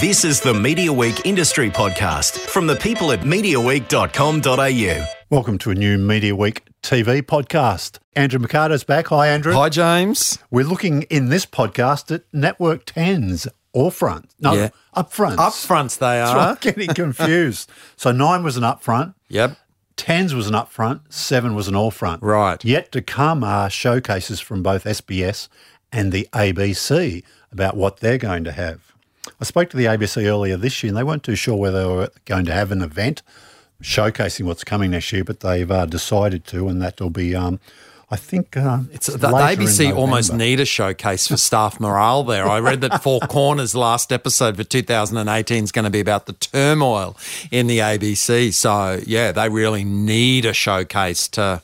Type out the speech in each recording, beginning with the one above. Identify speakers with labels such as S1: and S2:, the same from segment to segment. S1: This is the Media Week Industry Podcast from the people at MediaWeek.com.au.
S2: Welcome to a new Media Week TV podcast. Andrew Mercado's back. Hi, Andrew.
S3: Hi, James.
S2: We're looking in this podcast at Network 10's or front. No,
S3: Yeah.
S2: up front.
S3: Up fronts they
S2: So
S3: are.
S2: I'm getting confused. so nine was an up front,
S3: Yep.
S2: tens was an up front, seven was an all front.
S3: Right.
S2: Yet to come are showcases from both SBS and the ABC about what they're going to have. I spoke to the ABC earlier this year and they weren't too sure whether they were going to have an event showcasing what's coming next year, but they've uh, decided to, and that'll be, um, I think, uh,
S3: So the, the
S2: later in
S3: ABC almost
S2: November.
S3: need a showcase for staff morale there. I read that Four Corners last episode for 2018 is going to be about the turmoil in the ABC. So, yeah, they really need a showcase to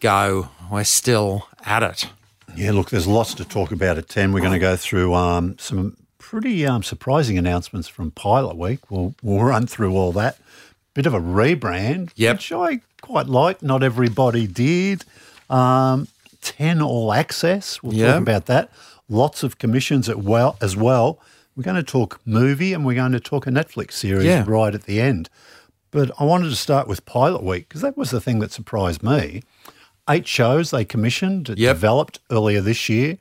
S3: go, we're still at it.
S2: Yeah, look, there's lots to talk about at 10. We're going to go through um, some pretty um, surprising announcements from Pilot Week. We'll, we'll run through all that. Bit of a rebrand,
S3: Yep.
S2: which I quite like. Not everybody did. Um, 10 All Access. We'll
S3: Yeah.
S2: talk about that. Lots of commissions at well, as well. We're going to talk movie and we're going to talk a Netflix series
S3: Yeah.
S2: right at the end. But I wanted to start with Pilot Week because that was the thing that surprised me. Eight shows they commissioned,
S3: Yep.
S2: developed earlier this year.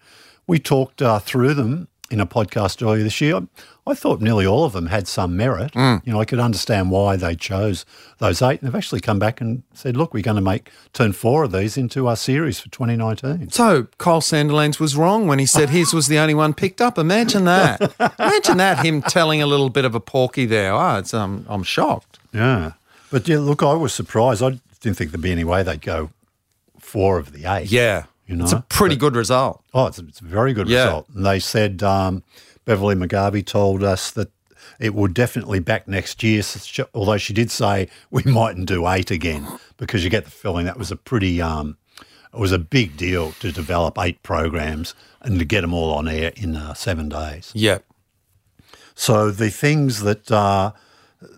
S2: We talked uh, through them in a podcast earlier this year. I thought nearly all of them had some merit. You know, I could understand why they chose those eight. And they've actually come back and said, look, we're going to make turn four of these into our series for 2019.
S3: So Kyle Sanderlands was wrong when he said his was the only one picked up. Imagine that. Imagine that, him telling a little bit of a porky there. Oh, it's, um, I'm shocked.
S2: Yeah. But yeah, look, I was surprised. I didn't think there'd be any way they'd go four of the eight.
S3: Yeah.
S2: You know,
S3: it's a pretty good result.
S2: Oh, it's, it's a very good
S3: Yeah.
S2: result. And they said um, Beverly McGarvey told us that it will definitely back next year, s- sh- although she did say we mightn't do eight again because you get the feeling that was a pretty, um, it was a big deal to develop eight programs and to get them all on air in uh, seven days.
S3: Yeah.
S2: So the things that uh,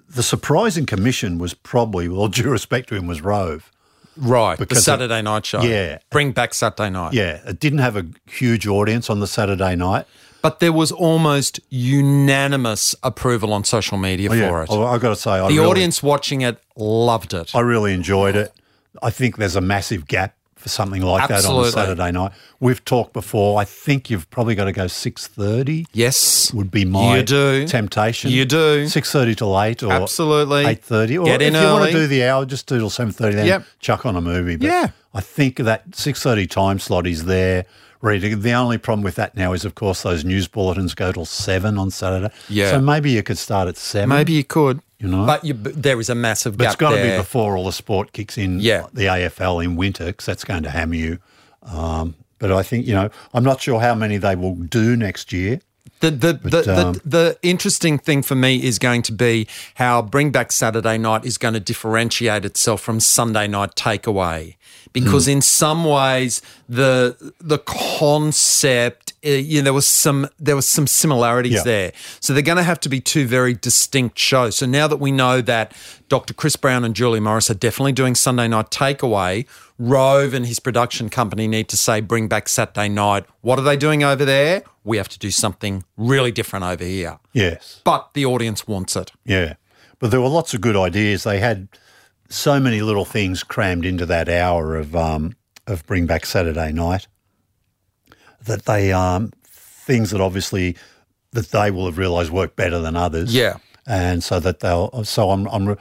S2: the surprising commission was probably, with all due respect to him, was Rove.
S3: Right.
S2: Because it-
S3: the Saturday night show.
S2: Yeah.
S3: Bring back Saturday night.
S2: Yeah, it didn't have a huge audience on the Saturday night.
S3: But there was almost unanimous approval on social media for it.
S2: Oh, I've got to say, I
S3: the
S2: really, Oh,
S3: audience watching it loved it.
S2: I really enjoyed it. I think there's a massive gap for something like
S3: Absolutely.
S2: that on a Saturday night. We've talked before. I think you've probably got to go six thirty.
S3: yes.
S2: Would be my
S3: You do.
S2: temptation.
S3: You do.
S2: six thirty till eight or
S3: Absolutely.
S2: eight thirty. Or
S3: Get
S2: if
S3: in
S2: you want to
S3: early.
S2: do the hour, just do till seven thirty. Then
S3: Yep.
S2: chuck on a movie. But
S3: Yeah.
S2: I think that six thirty time slot is there. Ready. to- The only problem with that now is, of course, those news bulletins go till seven on Saturday.
S3: Yeah.
S2: So maybe you could start at seven.
S3: Maybe you could.
S2: You know.
S3: But you, but there is a massive
S2: But
S3: gap
S2: it's got to be
S3: there.
S2: before all the sport kicks in,
S3: Yeah.
S2: like the AFL in winter, because that's going to hammer you. Um, but I think, you know, I'm not sure how many they will do next year.
S3: The the, the,
S2: um,
S3: the the interesting thing for me is going to be how Bring Back Saturday Night is going to differentiate itself from Sunday Night Takeaway, because
S2: Hmm.
S3: in some ways the the concept, uh, you know, there was some there was some similarities
S2: Yeah.
S3: there. So they're going to have to be two very distinct shows. So now that we know that Dr. Chris Brown and Julie Morris are definitely doing Sunday Night Takeaway, Rove and his production company need to say, bring back Saturday Night. What are they doing over there? We have to do something really different over here.
S2: Yes.
S3: But the audience wants it.
S2: Yeah. But there were lots of good ideas. They had so many little things crammed into that hour of, um, of Bring Back Saturday night that they, um, things that obviously that they will have realised work better than others.
S3: Yeah.
S2: and so that they'll. So I'm, I'm,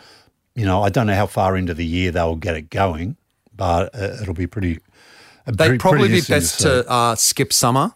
S2: you know, I don't know how far into the year they'll get it going, but uh, it'll be pretty.
S3: They'd probably be best to uh, skip summer.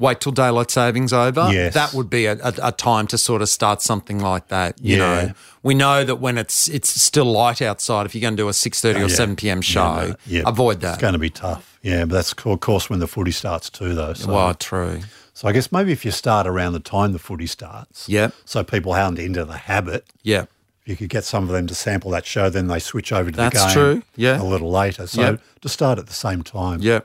S3: Wait till daylight savings over.
S2: Yes.
S3: That would be a, a, a time to sort of start something like that.
S2: Yeah.
S3: You know, we know that when it's it's still light outside, if you're going to do a six thirty or
S2: yeah.
S3: seven pm show, avoid that.
S2: It's going to be tough. Yeah, but that's of course when the footy starts too, though. So,
S3: Well, true.
S2: so I guess maybe if you start around the time the footy starts,
S3: Yep.
S2: so people aren't into the habit.
S3: Yeah.
S2: You could get some of them to sample that show, then they switch over to the
S3: That's
S2: game
S3: true, yeah.
S2: a little later. So
S3: Yep.
S2: to start at the same time,
S3: Yeah.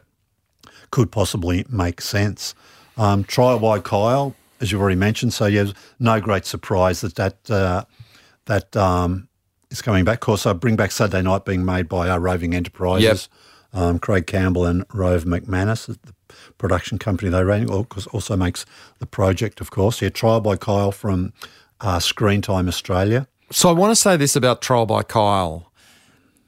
S2: could possibly make sense. Um, trial by Kyle, as you've already mentioned. So yeah, no great surprise that that uh, that um, is coming back. Of course, I bring back Saturday uh, night being made by our roving enterprises, um, Craig Campbell and Rove McManus. The production company they ran, or course, also makes The Project, of course. Yeah, Trial by Kyle from uh, Screen Time Australia.
S3: So I want to say this about Trial by Kyle.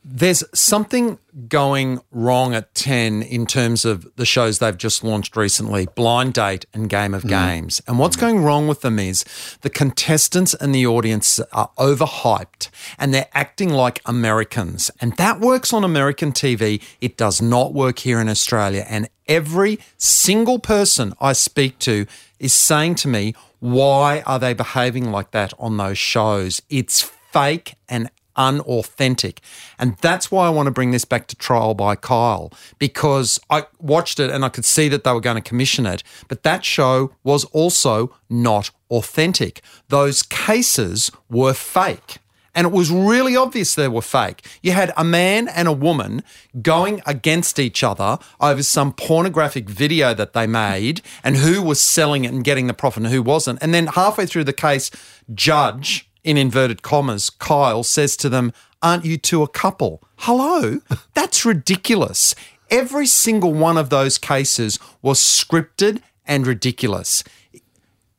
S3: There's something going wrong at 10 in terms of the shows they've just launched recently Blind Date and Game of Games. And what's going wrong with them is the contestants and the audience are overhyped and they're acting like Americans. And that works on American TV. It does not work here in Australia. And every single person I speak to is saying to me, why are they behaving like that on those shows? It's fake and unauthentic. And that's why I want to bring this back to Trial by Kyle because I watched it and I could see that they were going to commission it, but that show was also not authentic. Those cases were fake. And it was really obvious they were fake. You had a man and a woman going against each other over some pornographic video that they made and who was selling it and getting the profit and who wasn't. And then halfway through the case, judge, in inverted commas, Kyle says to them, Aren't you two a couple? Hello? That's ridiculous. Every single one of those cases was scripted and ridiculous.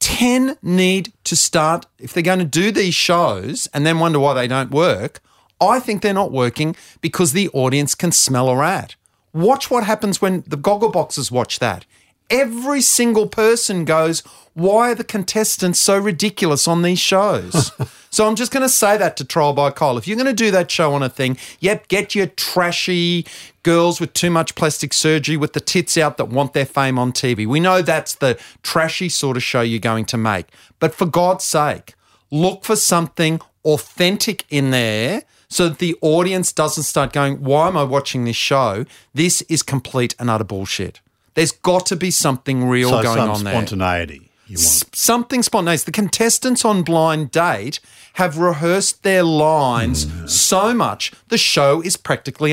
S3: 10 need to start, if they're going to do these shows and then wonder why they don't work, I think they're not working because the audience can smell a rat. Watch what happens when the goggle boxes watch that. Every single person goes, Why are the contestants so ridiculous on these shows? so I'm just going to say that to Trial by Kyle. If you're going to do that show on a thing, yep, get your trashy girls with too much plastic surgery with the tits out that want their fame on TV. We know that's the trashy sort of show you're going to make. But for God's sake, look for something authentic in there so that the audience doesn't start going, Why am I watching this show? This is complete and utter bullshit. There's got to be something real
S2: so
S3: going
S2: some
S3: on there.
S2: spontaneity you want.
S3: S- something spontaneous. The contestants on Blind Date have rehearsed their lines so much the show is practically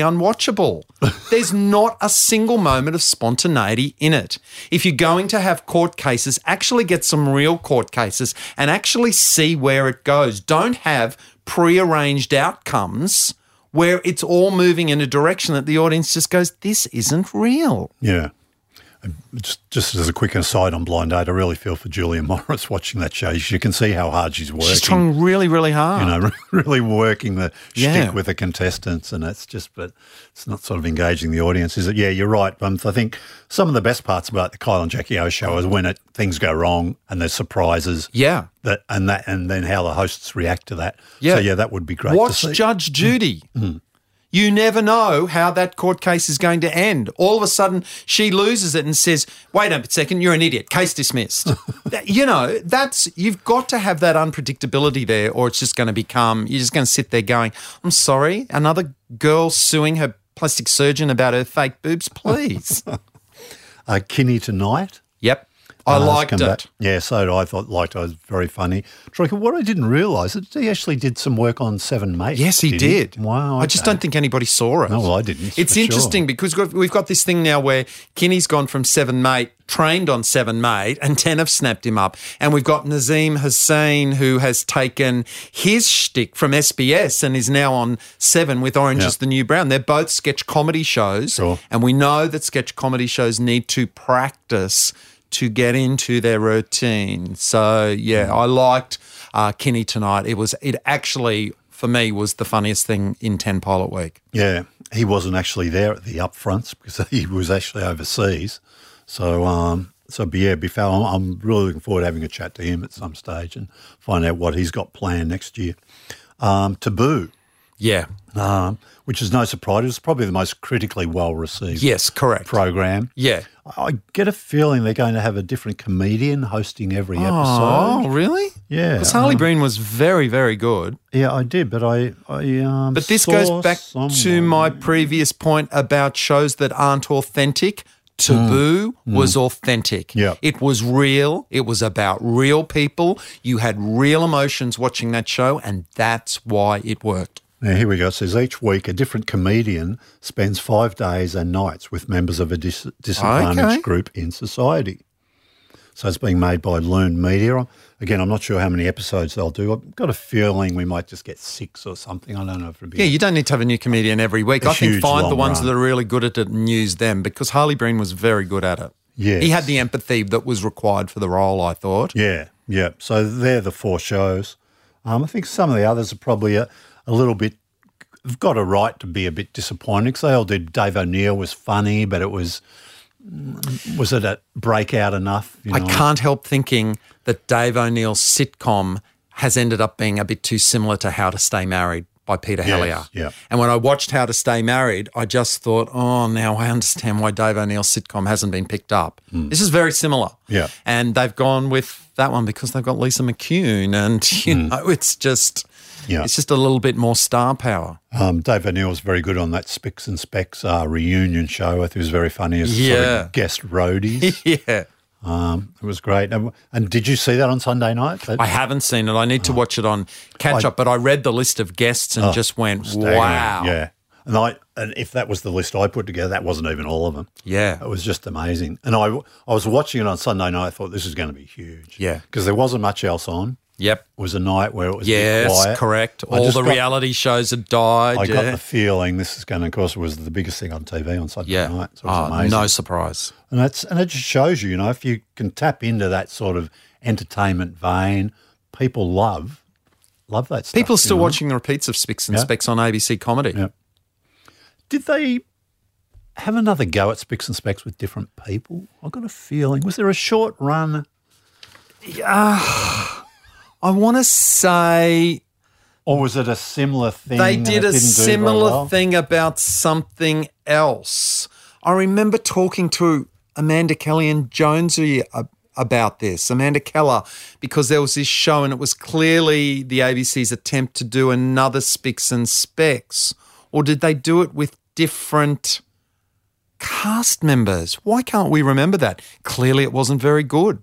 S3: unwatchable. There's not a single moment of spontaneity in it. If you're going to have court cases, actually get some real court cases and actually see where it goes. Don't have prearranged outcomes where it's all moving in a direction that the audience just goes, this isn't real.
S2: Yeah. And Just, just as a quick aside on Blind Date, I really feel for Julia Morris watching that show. You can see how hard she's working.
S3: She's trying really, really hard.
S2: you know, really working the
S3: Yeah.
S2: shtick with the contestants, and it's just, but it's not sort of engaging the audience, is it? Yeah, you're right. Um, I think some of the best parts about the Kyle and Jackie O show is when it, things go wrong and there's surprises.
S3: Yeah.
S2: That and that, and then how the hosts react to that.
S3: Yeah.
S2: So yeah, that would be great.
S3: Watch
S2: to see.
S3: Judge Judy. You never know how that court case is going to end. All of a sudden, she loses it and says, "Wait a second, you're an idiot. Case dismissed." That- you know, that's you've got to have that unpredictability there, or it's just going to become you're just going to sit there going, "I'm sorry, another girl suing her plastic surgeon about her fake boobs, please."
S2: uh, Kinney tonight.
S3: yep, I
S2: Uh,
S3: liked
S2: come
S3: it.
S2: back. Yeah, so did I. I thought liked it. it was very funny. Troika, what I didn't realise is he actually did some work on Seven Mates.
S3: Yes, he did.
S2: Wow.
S3: I just
S2: okay.
S3: don't think anybody saw it.
S2: No, well, I didn't,
S3: It's
S2: for sure.
S3: interesting because we've got, we've got this thing now where Kinney's gone from Seven Mate, trained on Seven Mate, and Ten have snapped him up. And we've got Nazim Hussain, who has taken his shtick from SBS and is now on Seven with Orange
S2: Yeah.
S3: is the New Brown. They're both sketch comedy shows.
S2: Sure.
S3: And we know that sketch comedy shows need to practice to get into their routine. So
S2: Hmm.
S3: yeah, I liked uh, Kinney tonight. It was it actually for me was the funniest thing in Ten Pilot Week.
S2: Yeah, he wasn't actually there at the upfronts because he was actually overseas. So, um, so but yeah, Biffo, I'm, I'm really looking forward to having a chat to him at some stage and find out what he's got planned next year. Um, Taboo,
S3: Yeah.
S2: um, which is no surprise, it was probably the most critically well received
S3: Yes. Correct.
S2: program.
S3: Yeah.
S2: I get a feeling they're going to have a different comedian hosting every episode.
S3: Oh, really?
S2: Yeah,
S3: Because Harley Breen was very, very good.
S2: Yeah, I did, but I, I um,
S3: But this
S2: saw
S3: goes back to
S2: someone-
S3: my previous point about shows that aren't authentic. Taboo was authentic.
S2: Hmm. Yeah.
S3: It was real. It was about real people. You had real emotions watching that show, and that's why it worked.
S2: Now, here we go. It says each week a different comedian spends five days and nights with members of a dis- disadvantaged
S3: Okay.
S2: group in society. So it's being made by Learn Media. Again, I'm not sure how many episodes they'll do. I've got a feeling we might just get six or something. I don't know if it'll be.
S3: Yeah, you don't need to have a new comedian every week.
S2: A
S3: I think
S2: huge
S3: find the
S2: long
S3: ones
S2: run.
S3: that are really good at it and use them because Harley Breen was very good at it.
S2: Yes.
S3: He had the empathy that was required for the role, I thought.
S2: Yeah, yeah. So they're the four shows. Um, I think some of the others are probably a, a little bit. They've got a right to be a bit disappointed because they all did. Dave O'Neill was funny, but it was mm, was it a breakout enough? You
S3: I
S2: know?
S3: can't help thinking that Dave O'Neill's sitcom has ended up being a bit too similar to How to Stay Married by Peter Hellier.
S2: yeah.
S3: And when I watched How to Stay Married, I just thought, oh, now I understand why Dave O'Neill's sitcom hasn't been picked up. This is very similar.
S2: Hmm. Yeah.
S3: And they've gone with that one because they've got Lisa McCune and you know, it's just
S2: Hmm. Yeah.
S3: it's just a little bit more star power.
S2: Um, Dave O'Neill was very good on that Spicks and Specks uh, reunion show. I think it was very funny as sort
S3: Yeah.
S2: of guest roadies.
S3: yeah.
S2: um, it was great. And, and did you see that on Sunday night? That-
S3: I haven't seen it. I need to
S2: Oh.
S3: watch it on catch up, but I read the list of guests and just went,
S2: Staggering.
S3: wow.
S2: Yeah. And I and if that was the list I put together, that wasn't even all of them.
S3: Yeah.
S2: It was just amazing. And I, I was watching it on Sunday night. I thought this is going to be huge.
S3: Yeah.
S2: Because there wasn't much else on.
S3: Yep.
S2: It was a night where it was a bit
S3: Yes,
S2: quiet.
S3: correct.
S2: I
S3: All
S2: just
S3: the
S2: got-
S3: reality shows had died.
S2: I
S3: yeah.
S2: got the feeling this is going to, of course, it was the biggest thing on TV on Sunday
S3: yeah.
S2: night. So it was
S3: oh,
S2: amazing.
S3: no surprise.
S2: And, that's, and it just shows you, you know, if you can tap into that sort of entertainment vein, people love love that stuff.
S3: People are
S2: you
S3: still
S2: know?
S3: watching the repeats of Spicks and
S2: Yeah.
S3: Specks on ABC Comedy.
S2: Yeah. Did they have another go at Spicks and Specks with different people? I got a feeling. Was there a short run?
S3: I want to say
S2: Or was it a similar thing?
S3: they
S2: and it
S3: did
S2: didn't
S3: a
S2: do very
S3: similar
S2: well?
S3: thing about something else. I remember talking to Amanda Kelly and Jonesy a- about this, Amanda Keller, because there was this show and it was clearly the ABC's attempt to do another Spicks and Specks. Or did they do it with different cast members? Why can't we remember that? Clearly, it wasn't very good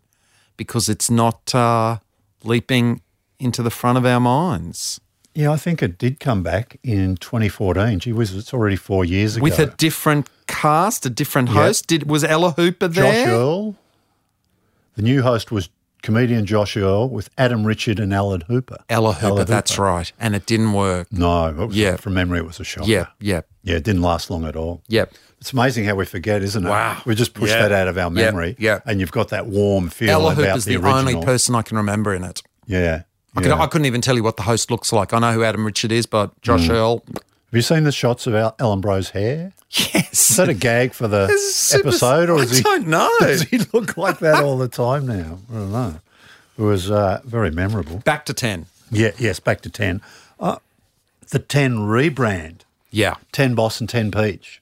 S3: because it's not uh, leaping into the front of our minds.
S2: Yeah, I think it did come back in 2014. Gee whiz, it's already four years ago.
S3: with a different cast, a different host. Did was Ella Hooper
S2: Josh
S3: there?
S2: Earl. The new host was comedian Josh Earl with Adam Richard and Alan Hooper.
S3: Ella Hooper, that's right. And it didn't work.
S2: No, it was,
S3: Yeah.
S2: from memory, it was a shock.
S3: Yep, yep,
S2: Yeah, it didn't last long at all.
S3: yep.
S2: It's amazing how we forget, isn't it?
S3: Wow.
S2: We just push
S3: Yeah.
S2: that out of our
S3: Yeah.
S2: memory.
S3: Yeah.
S2: And you've got that warm feel
S3: Ella
S2: about
S3: Hooper's
S2: the,
S3: the,
S2: original.
S3: only person I can remember in it.
S2: Yeah.
S3: I,
S2: yeah.
S3: could, I couldn't even tell you what the host looks like. I know who Adam Richard is, but Josh
S2: Hmm.
S3: Earl,
S2: Have you seen the shots of Al- Ellen Bro's hair? Is
S3: yes.
S2: that a gag for the
S3: This is super-
S2: episode, or is
S3: I
S2: he,
S3: don't know.
S2: does he look like that all the time now? I don't know. It was uh, very memorable.
S3: Back to ten.
S2: Yeah. Yes. Back to ten. Uh, the ten rebrand:
S3: Yeah.
S2: ten Boss and ten Peach.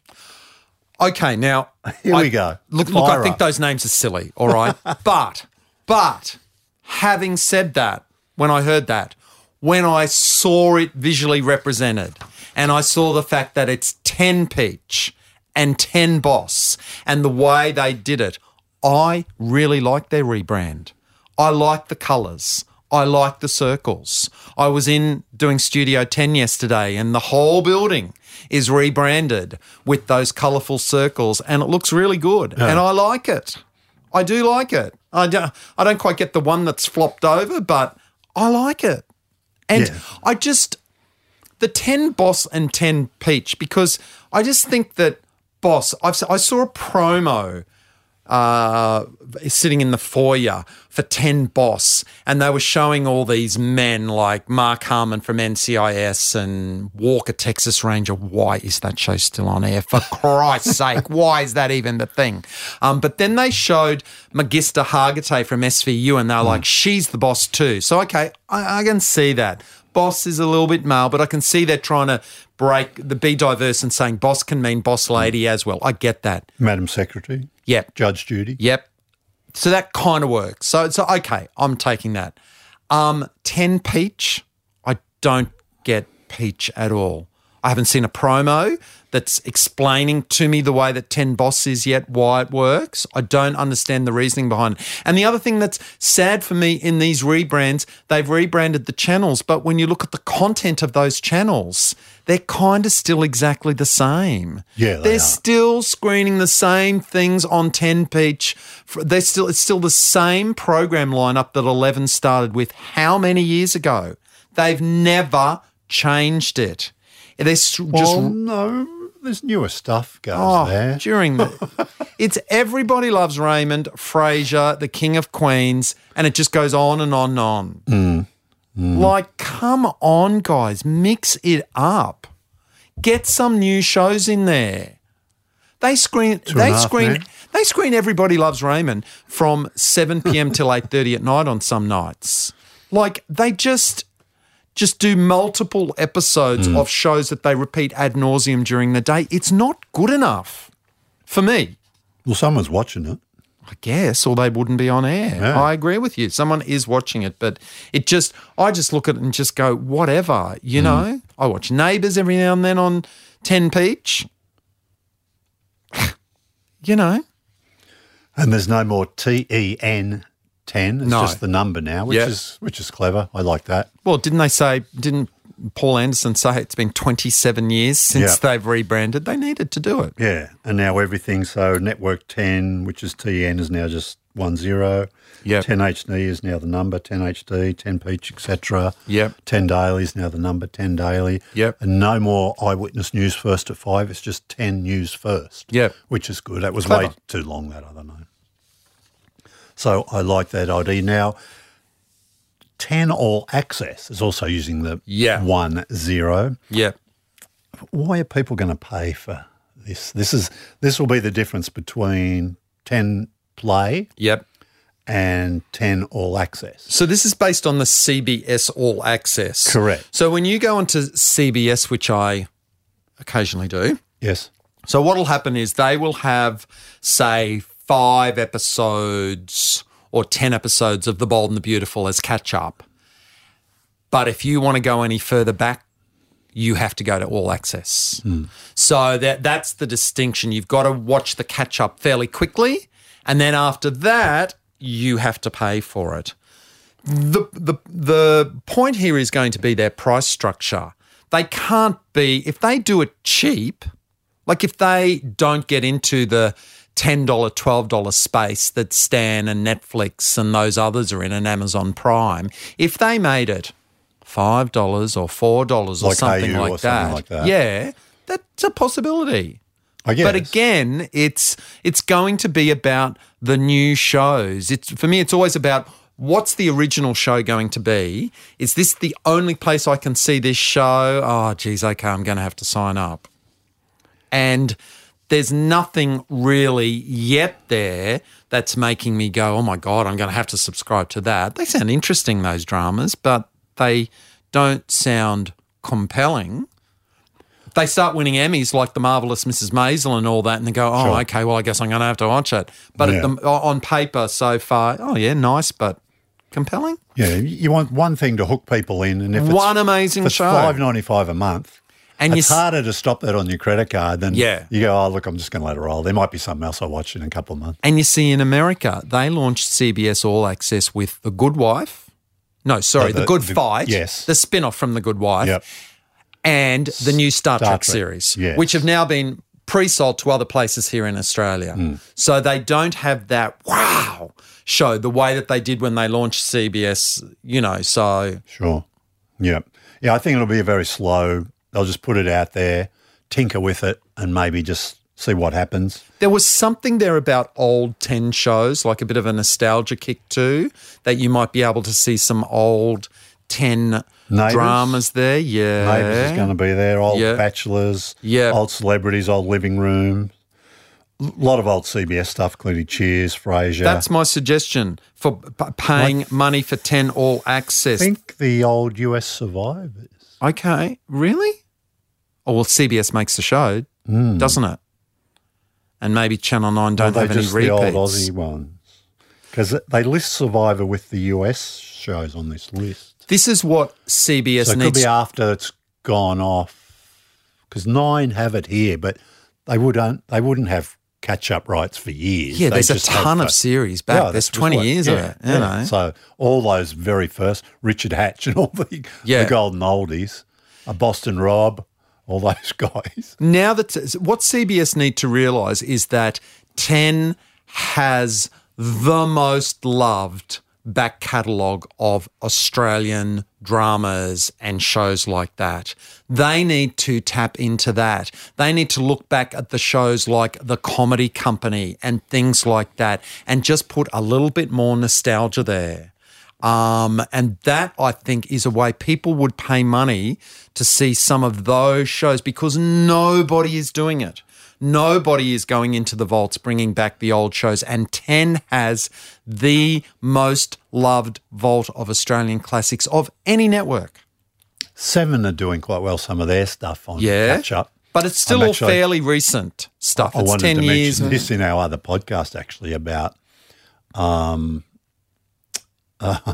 S3: Okay. Now
S2: Here
S3: I-
S2: we go.
S3: Look, look. I
S2: Fire
S3: think
S2: up.
S3: those names are silly. All right, but but having said that, when I heard that, when I saw it visually represented, and I saw the fact that it's ten peach and ten boss, and the way they did it, I really like their rebrand. I like the colours. I like the circles. I was in doing Studio 10 yesterday and the whole building is rebranded with those colourful circles and it looks really good and I like it. I do like it. I don't, I don't quite get the one that's flopped over, but I like it. And
S2: Yeah.
S3: I just, the 10 Boss and 10 Peach, because I just think that Boss, I've, s- I saw a promo uh, sitting in the foyer for 10 Boss, and they were showing all these men like Mark Harmon from NCIS and Walker, Texas Ranger. Why is that show still on air? For Christ's sake, why is that even the thing? Um, but then they showed Magister Hargitay from SVU, and they're like, she's the boss too. So, okay, I, I can see that. Boss is a little bit male, but I can see they're trying to break the be diverse and saying boss can mean boss lady as well. I get that.
S2: Madam Secretary,
S3: Yep.
S2: Judge Judy.
S3: Yep. So that kind of works. So so okay, I'm taking that. Um, ten peach. I don't get peach at all. I haven't seen a promo that's explaining to me the way that 10 Boss is yet, why it works. I don't understand the reasoning behind it. And the other thing that's sad for me in these rebrands, they've rebranded the channels, but when you look at the content of those channels, they're kind of still exactly the same.
S2: Yeah, they
S3: they're
S2: are.
S3: still screening the same things on 10 Peach. F- They're still it's still the same program lineup that 11 started with how many years ago? They've never changed it. They're s- just oh,
S2: Oh no, There's newer stuff goes there.
S3: during the it's everybody loves Raymond, Frasier, The King of Queens, and it just goes on and on and on. Like, come on, guys, mix it up. Get some new shows in there. They screen. they
S2: and a half
S3: screen.
S2: men.
S3: They screen. Everybody loves Raymond from seven p.m. till eight thirty at night on some nights. Like they just just do multiple episodes
S2: Hmm.
S3: of shows that they repeat ad nauseum during the day. It's not good enough for me,
S2: Well, someone's watching it.
S3: I guess, or they wouldn't be on air.
S2: Yeah.
S3: I agree with you. Someone is watching it, but it just, I just look at it and just go, whatever,
S2: Mm.
S3: you know? I watch Neighbours every now and then on 10 Peach. you know?
S2: And there's no more T E N ten. It's
S3: No.
S2: just the number now, which
S3: Yeah.
S2: is which is clever. I like that.
S3: Well, didn't they say, didn't Paul Anderson say it's been 27 years since
S2: Yeah.
S3: they've rebranded? They needed to do it.
S2: Yeah. And now everything so network ten, which is T N, is now just one zero.
S3: Yep.
S2: Ten HD is now the number ten HD, ten Peach, etc.
S3: Yep.
S2: Ten Daily is now the number ten Daily.
S3: Yep.
S2: And no more eyewitness news first at five. It's just ten news first.
S3: Yep.
S2: Which is good. That was
S3: Clever.
S2: way too long. That I don't know. So I like that idea now. 10 all access is also using the
S3: Yeah.
S2: one zero.
S3: Yeah.
S2: Why are people going to pay for this? This is this will be the difference between 10 play
S3: Yep.
S2: and 10 all access.
S3: So this is based on the CBS All Access.
S2: Correct.
S3: So when you go onto CBS, which I occasionally do,
S2: Yes.
S3: so what'll happen is they will have, say, five episodes or ten episodes of The Bold and the Beautiful as catch up. But if you want to go any further back, you have to go to all access. So that that's the distinction. You've got to watch the catch up fairly quickly, and then after that, you have to pay for it. The the the point here is going to be their price structure. They can't be if they do it cheap, like if they don't get into the $10, $12 space that Stan and Netflix and those others are in and Amazon Prime, if they made it five dollars or four dollars or
S2: Like
S3: something
S2: AU or
S3: like
S2: something
S3: that.
S2: like that.
S3: Yeah, that's a possibility.
S2: I guess.
S3: But again, it's it's going to be about the new shows. It's for me, it's always about what's the original show going to be. Is this the only place I can see this show? Oh, geez, okay, I'm going to have to sign up. And there's nothing really yet there that's making me go, oh my god, I'm going to have to subscribe to that. They sound interesting, those dramas, but they don't sound compelling they start winning Emmys like the marvelous Mrs. Maisel and all that, and they go, "Oh,
S2: Sure.
S3: okay, well, I guess I'm going to have to watch it." But at
S2: Yeah.
S3: the, on paper, so far, oh yeah, nice, but compelling.
S2: yeah, you want one thing to hook people in and if it's
S3: One amazing
S2: It's
S3: show,
S2: five ninety five a month.
S3: and you
S2: it's
S3: s-
S2: harder to stop that on your credit card than
S3: Yeah.
S2: you go, oh, look, I'm just going to let it roll. There might be something else I watch in a couple of months.
S3: and you see in America, they launched CBS All Access with The Good Wife. No, sorry,
S2: Oh,
S3: the,
S2: the-
S3: Good
S2: the-
S3: Fight.
S2: yes.
S3: the spin-off from The Good Wife.
S2: Yep.
S3: and the new Star, Trek,
S2: Trek,
S3: series,
S2: yes.
S3: which have now been pre-sold to other places here in Australia.
S2: Hmm.
S3: So they don't have that wow show the way that they did when they launched CBS, you know. So
S2: Sure. Yeah. Yeah, I think it'll be a very slow. They'll just put it out there, tinker with it, and maybe just see what happens.
S3: there was something there about old 10 shows, like a bit of a nostalgia kick too, that you might be able to see some old 10
S2: Neighbours?
S3: dramas there. Yeah.
S2: Neighbours is going to be there, old
S3: Yeah.
S2: bachelors,
S3: Yeah.
S2: old celebrities, old living room. A lot of old CBS stuff, including Cheers, Frasier.
S3: That's my suggestion for p- paying money for 10 all access.
S2: I think the old US survivors.
S3: Okay, really? Oh well, CBS makes the show, doesn't it? And maybe Channel Nine
S2: Are
S3: don't
S2: Hmm. they
S3: have any
S2: just
S3: repeats.
S2: the old Aussie ones? Because they list Survivor with the US shows on this list.
S3: This is what CBS
S2: So it could
S3: needs.
S2: be after it's gone off, because nine have it here, but they wouldn't. They wouldn't have catch-up rights for years.
S3: yeah,
S2: They
S3: there's a
S2: just have
S3: ton of
S2: the-
S3: series back.
S2: Yeah,
S3: there's
S2: that's
S3: 20
S2: what-
S3: years of it. You know.
S2: So all those very first Richard Hatch and all the,
S3: Yeah.
S2: the golden oldies, a Boston Rob, all those guys.
S3: now that what CBS need to realize is that 10 has the most loved back catalogue of Australian dramas and shows like that. They need to tap into that. They need to look back at the shows like The Comedy Company and things like that and just put a little bit more nostalgia there. Um, and that I think is a way people would pay money to see some of those shows because nobody is doing it. Nobody is going into the vaults bringing back the old shows. And 10 has the most loved vault of Australian classics of any network.
S2: Seven are doing quite well, some of their stuff on
S3: Yeah.
S2: catch up.
S3: But it's still
S2: I'm
S3: all
S2: actually-
S3: fairly recent stuff.
S2: I
S3: it's
S2: wanted
S3: 10
S2: to
S3: years.
S2: mention this in our other podcast actually about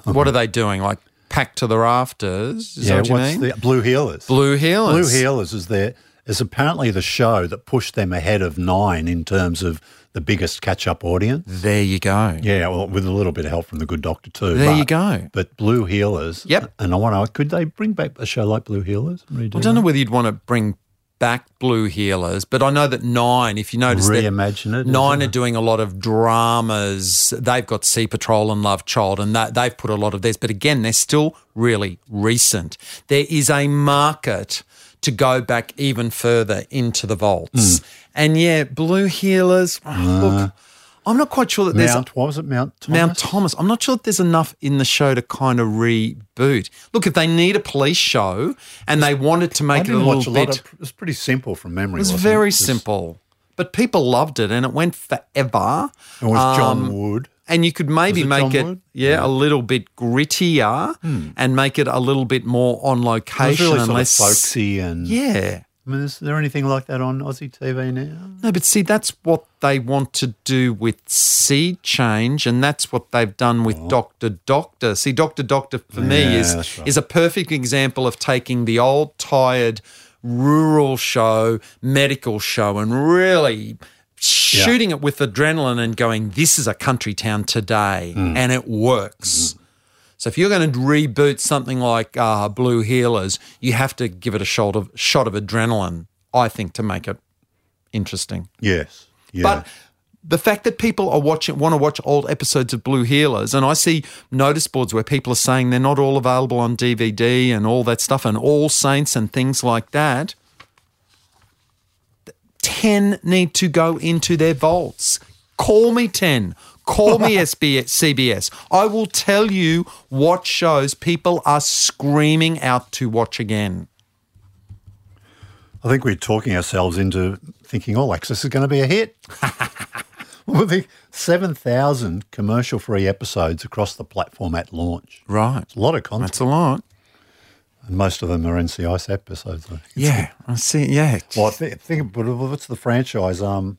S3: What are they doing? Like Packed to the Rafters? Is
S2: yeah,
S3: that what
S2: what's
S3: you mean?
S2: the Blue Healers.
S3: Blue Heelers.
S2: Blue Heelers is their is apparently the show that pushed them ahead of nine in terms of the biggest catch up audience.
S3: There you go.
S2: Yeah, well, with a little bit of help from the good doctor too.
S3: There
S2: but-
S3: you go.
S2: But Blue Healers.
S3: Yep.
S2: And I wonder, could they bring back a show like Blue Healers? and redo
S3: I don't
S2: it?
S3: know whether you'd want to bring back Blue Healers, but I know that Nine, if you notice, that
S2: Reimagine it, isn't
S3: Nine are doing a lot of dramas. They've got Sea Patrol and Love Child, and that, they've put a lot of theirs. But again, they're still really recent. There is a market to go back even further into the vaults. And yeah, Blue Healers. oh, look, I'm not quite sure that there's
S2: Mount, what was it? Mount Thomas?
S3: Mount Thomas. I'm not sure that there's enough in the show to kind of reboot. Look, if they need a police show and they wanted to
S2: I
S3: make it a
S2: didn't
S3: little
S2: watch a lot.
S3: bit,
S2: Of, it was pretty simple from memory.
S3: it was
S2: wasn't
S3: very
S2: it? Just-
S3: simple, but people loved it and it went forever.
S2: It was
S3: um,
S2: John Wood.
S3: And you could maybe
S2: Oh. Was it
S3: make
S2: John
S3: it,
S2: Wood?
S3: yeah, a little bit grittier and make it a little bit more on
S2: It was
S3: location,
S2: really sort of
S3: unless
S2: folksy and.
S3: yeah.
S2: I mean, is there anything like that on Aussie TV now?
S3: No, but see, that's what they want to do with Seed Change, and that's what they've done with Doctor Doctor. See, Doctor Doctor for me
S2: Oh. Yeah,
S3: is
S2: that's right.
S3: is a perfect example of taking the old, tired, rural show, medical show, and really shooting it with adrenaline and going, "This is a country town today,"
S2: Mm.
S3: and it works.
S2: Mm-hmm.
S3: So if you're going to reboot something like uh, Blue Healers, you have to give it a shot of shot of adrenaline, I think, to make it interesting.
S2: Yes. Yeah.
S3: But the fact that people are watching want to watch old episodes of Blue Healers, and I see notice boards where people are saying they're not all available on DVD and all that stuff, and All Saints and things like that. Ten need to go into their vaults. Call me ten. Call me SBS, CBS. I will tell you what shows people are screaming out to watch again.
S2: I think we're talking ourselves into thinking All Access is going to be a hit. well, the 7,000 commercial free episodes across the platform at launch.
S3: Right.
S2: It's a lot of content.
S3: That's a lot.
S2: and most of them are NCIS episodes. I think.
S3: Yeah, I see. Yeah.
S2: Well, I think, think but what's the franchise? Um,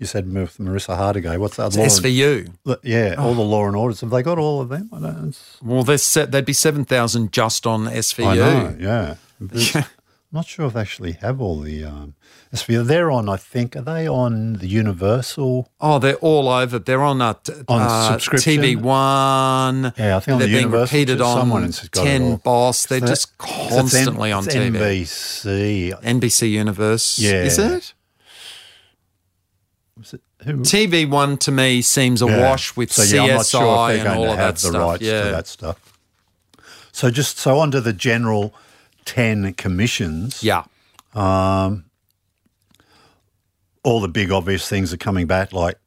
S2: You said with Marissa Hardigay. What's that? Law and-
S3: SVU.
S2: the- yeah, all the Law and Orders. Have they got all of them? I don't it's-
S3: Well, there's set, there'd be 7,000 just on SVU.
S2: I know, yeah. It's- I'm not sure if they actually have all the. Um, SVU. They're on, I think, are they on the Universal?
S3: Oh, they're all over. They're on, uh, t-
S2: On
S3: uh,
S2: subscription?
S3: TV1.
S2: Yeah, I think on
S3: they're
S2: the
S3: being
S2: Universal,
S3: repeated
S2: just someone
S3: on
S2: has got it
S3: 10
S2: all.
S3: Boss. They're
S2: That-
S3: just constantly
S2: it's
S3: on
S2: N-
S3: TV.
S2: it's NBC.
S3: NBC Universe.
S2: Yeah.
S3: Is it?
S2: Was it- who-
S3: TV1 to me seems
S2: Yeah.
S3: awash with
S2: So, yeah, I'm not
S3: CSI
S2: sure if they're
S3: and
S2: going
S3: all
S2: to
S3: of
S2: have
S3: that
S2: the
S3: stuff.
S2: rights
S3: yeah.
S2: to that stuff. So just so onto the general ten commissions.
S3: Yeah.
S2: all the big obvious things are coming back, like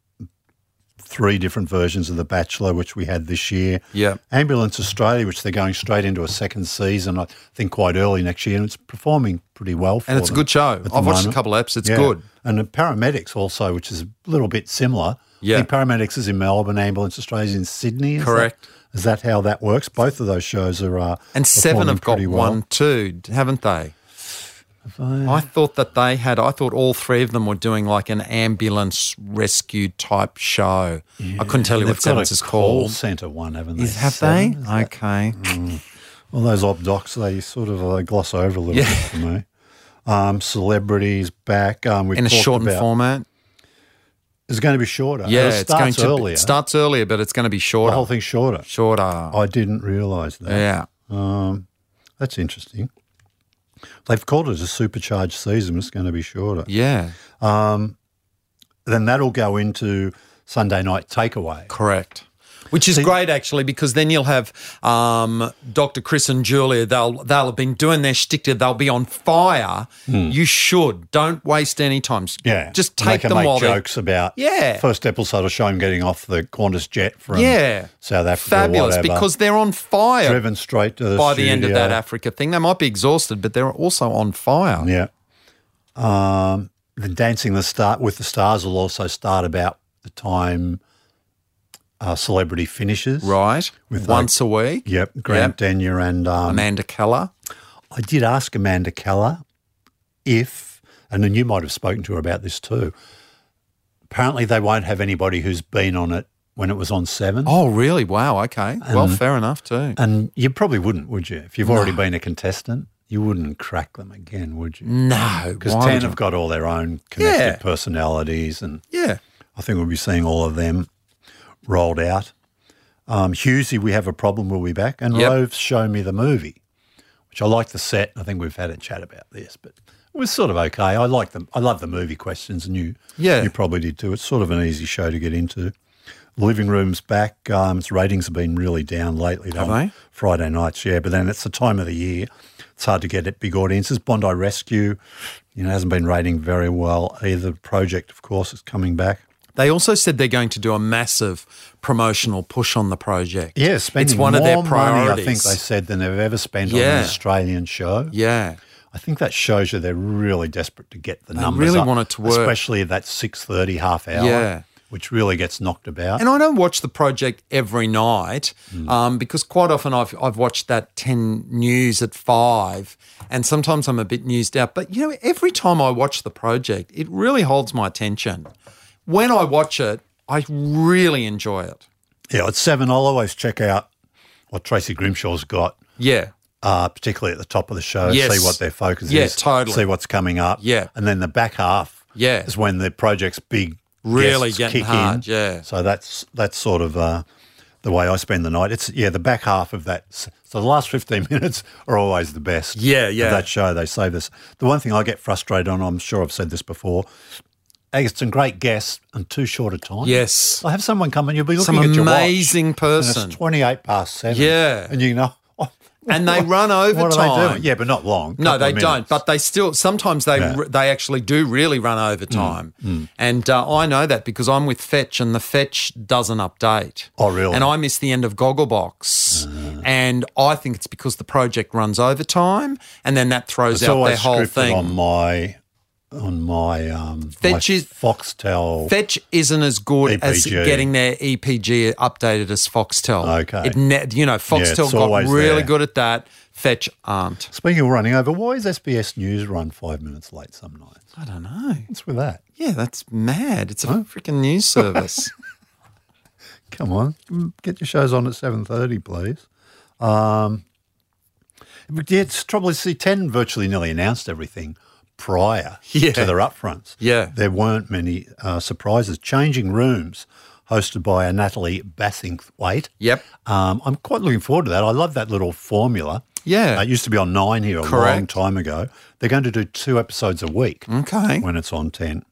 S2: three different versions of The Bachelor, which we had this year.
S3: Yeah.
S2: Ambulance Australia, which they're going straight into a second season, I think quite early next year, and it's performing pretty well for
S3: And it's a
S2: them
S3: good show.
S2: at the
S3: I've watched a
S2: moment.
S3: couple of eps. It's
S2: Yeah.
S3: good.
S2: And the paramedics also, which is a little bit similar.
S3: Yeah.
S2: I think paramedics is in Melbourne, Ambulance Australia is in Sydney. Is
S3: Correct.
S2: That, is that how that works? Both of those shows are. Uh,
S3: And seven
S2: performing
S3: have got
S2: pretty well.
S3: one too, haven't they? I thought that they had. I thought all three of them were doing like an ambulance rescue type show. I couldn't tell you
S2: They've
S3: what
S2: got
S3: Seven's
S2: a
S3: is
S2: call
S3: called.
S2: centre one, haven't they?
S3: Is, have
S2: Seven? Mm,
S3: they? Okay.
S2: Well, those op docs, they sort of uh, gloss over a little bit for me. Um, celebrities back. Um, we've
S3: In a
S2: talked
S3: shortened
S2: about,
S3: format.
S2: It's going to be shorter.
S3: Yeah,
S2: it
S3: it's
S2: starts
S3: going to be-
S2: earlier.
S3: starts earlier, but it's going to be
S2: the
S3: shorter.
S2: whole Oh. thing's shorter.
S3: shorter.
S2: I didn't realise that.
S3: yeah.
S2: That's interesting. They've called it a supercharged season. It's going to be shorter.
S3: Yeah.
S2: Then that'll go into Sunday night takeaway.
S3: Correct. Which is great, actually, because then you'll have um, Dr. Chris and Julia. They'll they'll have been doing their shtick. to- They'll be on fire. You should don't waste any time. S-
S2: Hmm. Yeah,
S3: just
S2: And they
S3: take
S2: can
S3: them
S2: make
S3: while they're-
S2: jokes about.
S3: Yeah.
S2: first episode of show him getting off the Qantas jet from
S3: Yeah,
S2: South Africa. or
S3: Fabulous,
S2: whatever.
S3: because they're on fire
S2: driven straight to the
S3: by the end of that
S2: studio.
S3: Africa thing. They might be exhausted, but they're also on fire.
S2: Yeah. Um, the Dancing the Star with the Stars will also start about the time uh, celebrity finishes.
S3: Right,
S2: With
S3: once a week.
S2: Yep. Grant Denyer and um,
S3: Amanda Keller.
S2: I did ask Amanda Keller if, and then you might have spoken to her about this too. Apparently, they won't have anybody who's been on it when it was on Seven.
S3: Oh, really? Wow. Okay. well, fair enough too.
S2: And you probably wouldn't, would you? If you've already been a contestant, you wouldn't crack them again, would you?
S3: no,
S2: Because
S3: Mm. why
S2: 10
S3: would you-
S2: have got all their own connected
S3: Yeah.
S2: personalities and
S3: yeah.
S2: I think we'll be seeing all of them rolled out. Um, Husey, we have a problem. We'll be back. And
S3: Yep.
S2: Rove's show me the movie, which I like the set. I think we've had a chat about this, but it was sort of okay. I like them. I love the movie questions, and you,
S3: Yeah.
S2: you probably did too. It's sort of an easy show to get into. Living room's back. Um, its ratings have been really down lately. Have
S3: they?
S2: Friday nights, yeah. But then it's the time of the year. It's hard to get it big audiences. Bondi Rescue, you know, hasn't been rating very well either. Project, of course, is coming back.
S3: They also said they're going to do a massive promotional push on the project.
S2: Yeah, spending
S3: it's one of their
S2: more money,
S3: priorities.
S2: I think they said than they've ever spent on
S3: Yeah.
S2: an Australian show.
S3: yeah.
S2: I think that shows you they're really desperate to get the numbers.
S3: really
S2: up,
S3: want it to work.
S2: especially that six thirty half hour,
S3: Yeah.
S2: which really gets knocked about.
S3: And I don't watch the project every night
S2: Hmm.
S3: um, because quite often I've, I've watched that 10 news at five and sometimes I'm a bit newsed out. But, you know, every time I watch the project, it really holds my attention. When I watch it, I really enjoy it.
S2: yeah, at seven, I'll always check out what Tracy Grimshaw's got,
S3: Yeah.
S2: uh, particularly at the top of the show,
S3: Yes.
S2: see what their focus
S3: Yeah,
S2: is,
S3: totally.
S2: see what's coming up.
S3: Yeah.
S2: and then the back half,
S3: Yeah.
S2: is when the project's big
S3: Really
S2: guests
S3: getting
S2: kick
S3: hard,
S2: in.
S3: yeah.
S2: So that's that's sort of uh, the way I spend the night. It's yeah, the back half of that. So the last fifteen minutes are always the best.
S3: Yeah,
S2: of
S3: yeah.
S2: that show they save us. The one thing I get frustrated on, I'm sure I've said this before. Hey, it's some great guests and too short a time.
S3: Yes.
S2: I have someone come and you'll be looking
S3: Some
S2: at your watch,
S3: amazing person.
S2: And it's twenty eight past seven.
S3: Yeah.
S2: and you know, oh,
S3: And they run
S2: what are they
S3: overtime.
S2: doing? Yeah, but not long.
S3: No,
S2: couple
S3: they
S2: of
S3: don't.
S2: minutes.
S3: But they still sometimes they
S2: Yeah. Mm,
S3: they actually do really run overtime, and uh, I know that because I'm with Fetch, and the Fetch doesn't update.
S2: Oh, really? Ah.
S3: And I miss the end of Gogglebox, and I think it's because the project runs overtime, and then that throws
S2: It's
S3: out their
S2: always
S3: whole
S2: scripted
S3: thing.
S2: on my on my um
S3: Fetch
S2: my
S3: is-
S2: Foxtel.
S3: Fetch isn't as
S2: E
S3: good as
S2: EPG.
S3: getting their EPG updated as Foxtel.
S2: Okay.
S3: it ne- you know Foxtel
S2: it's
S3: got
S2: always
S3: really
S2: there.
S3: good at that. Fetch aren't.
S2: Speaking of running over, why is SBS News run five minutes late some nights?
S3: I don't know.
S2: What's with that?
S3: Yeah, that's mad. It's a freaking news service.
S2: Come on, mm, get your shows on at seven thirty, please. Um, but yeah, it's trouble is, see, ten virtually nearly announced everything prior
S3: Yeah.
S2: to their upfronts.
S3: Yeah.
S2: there weren't many uh, surprises. Changing Rooms, hosted by uh, Natalie Bassingthwaite.
S3: yep.
S2: Um, I'm quite looking forward to that. I love that little formula.
S3: Yeah.
S2: Uh, it used to be on Nine here a long
S3: Correct. Mm-hmm.
S2: time ago. They're going to do two episodes a week
S3: Okay.
S2: when it's on 10.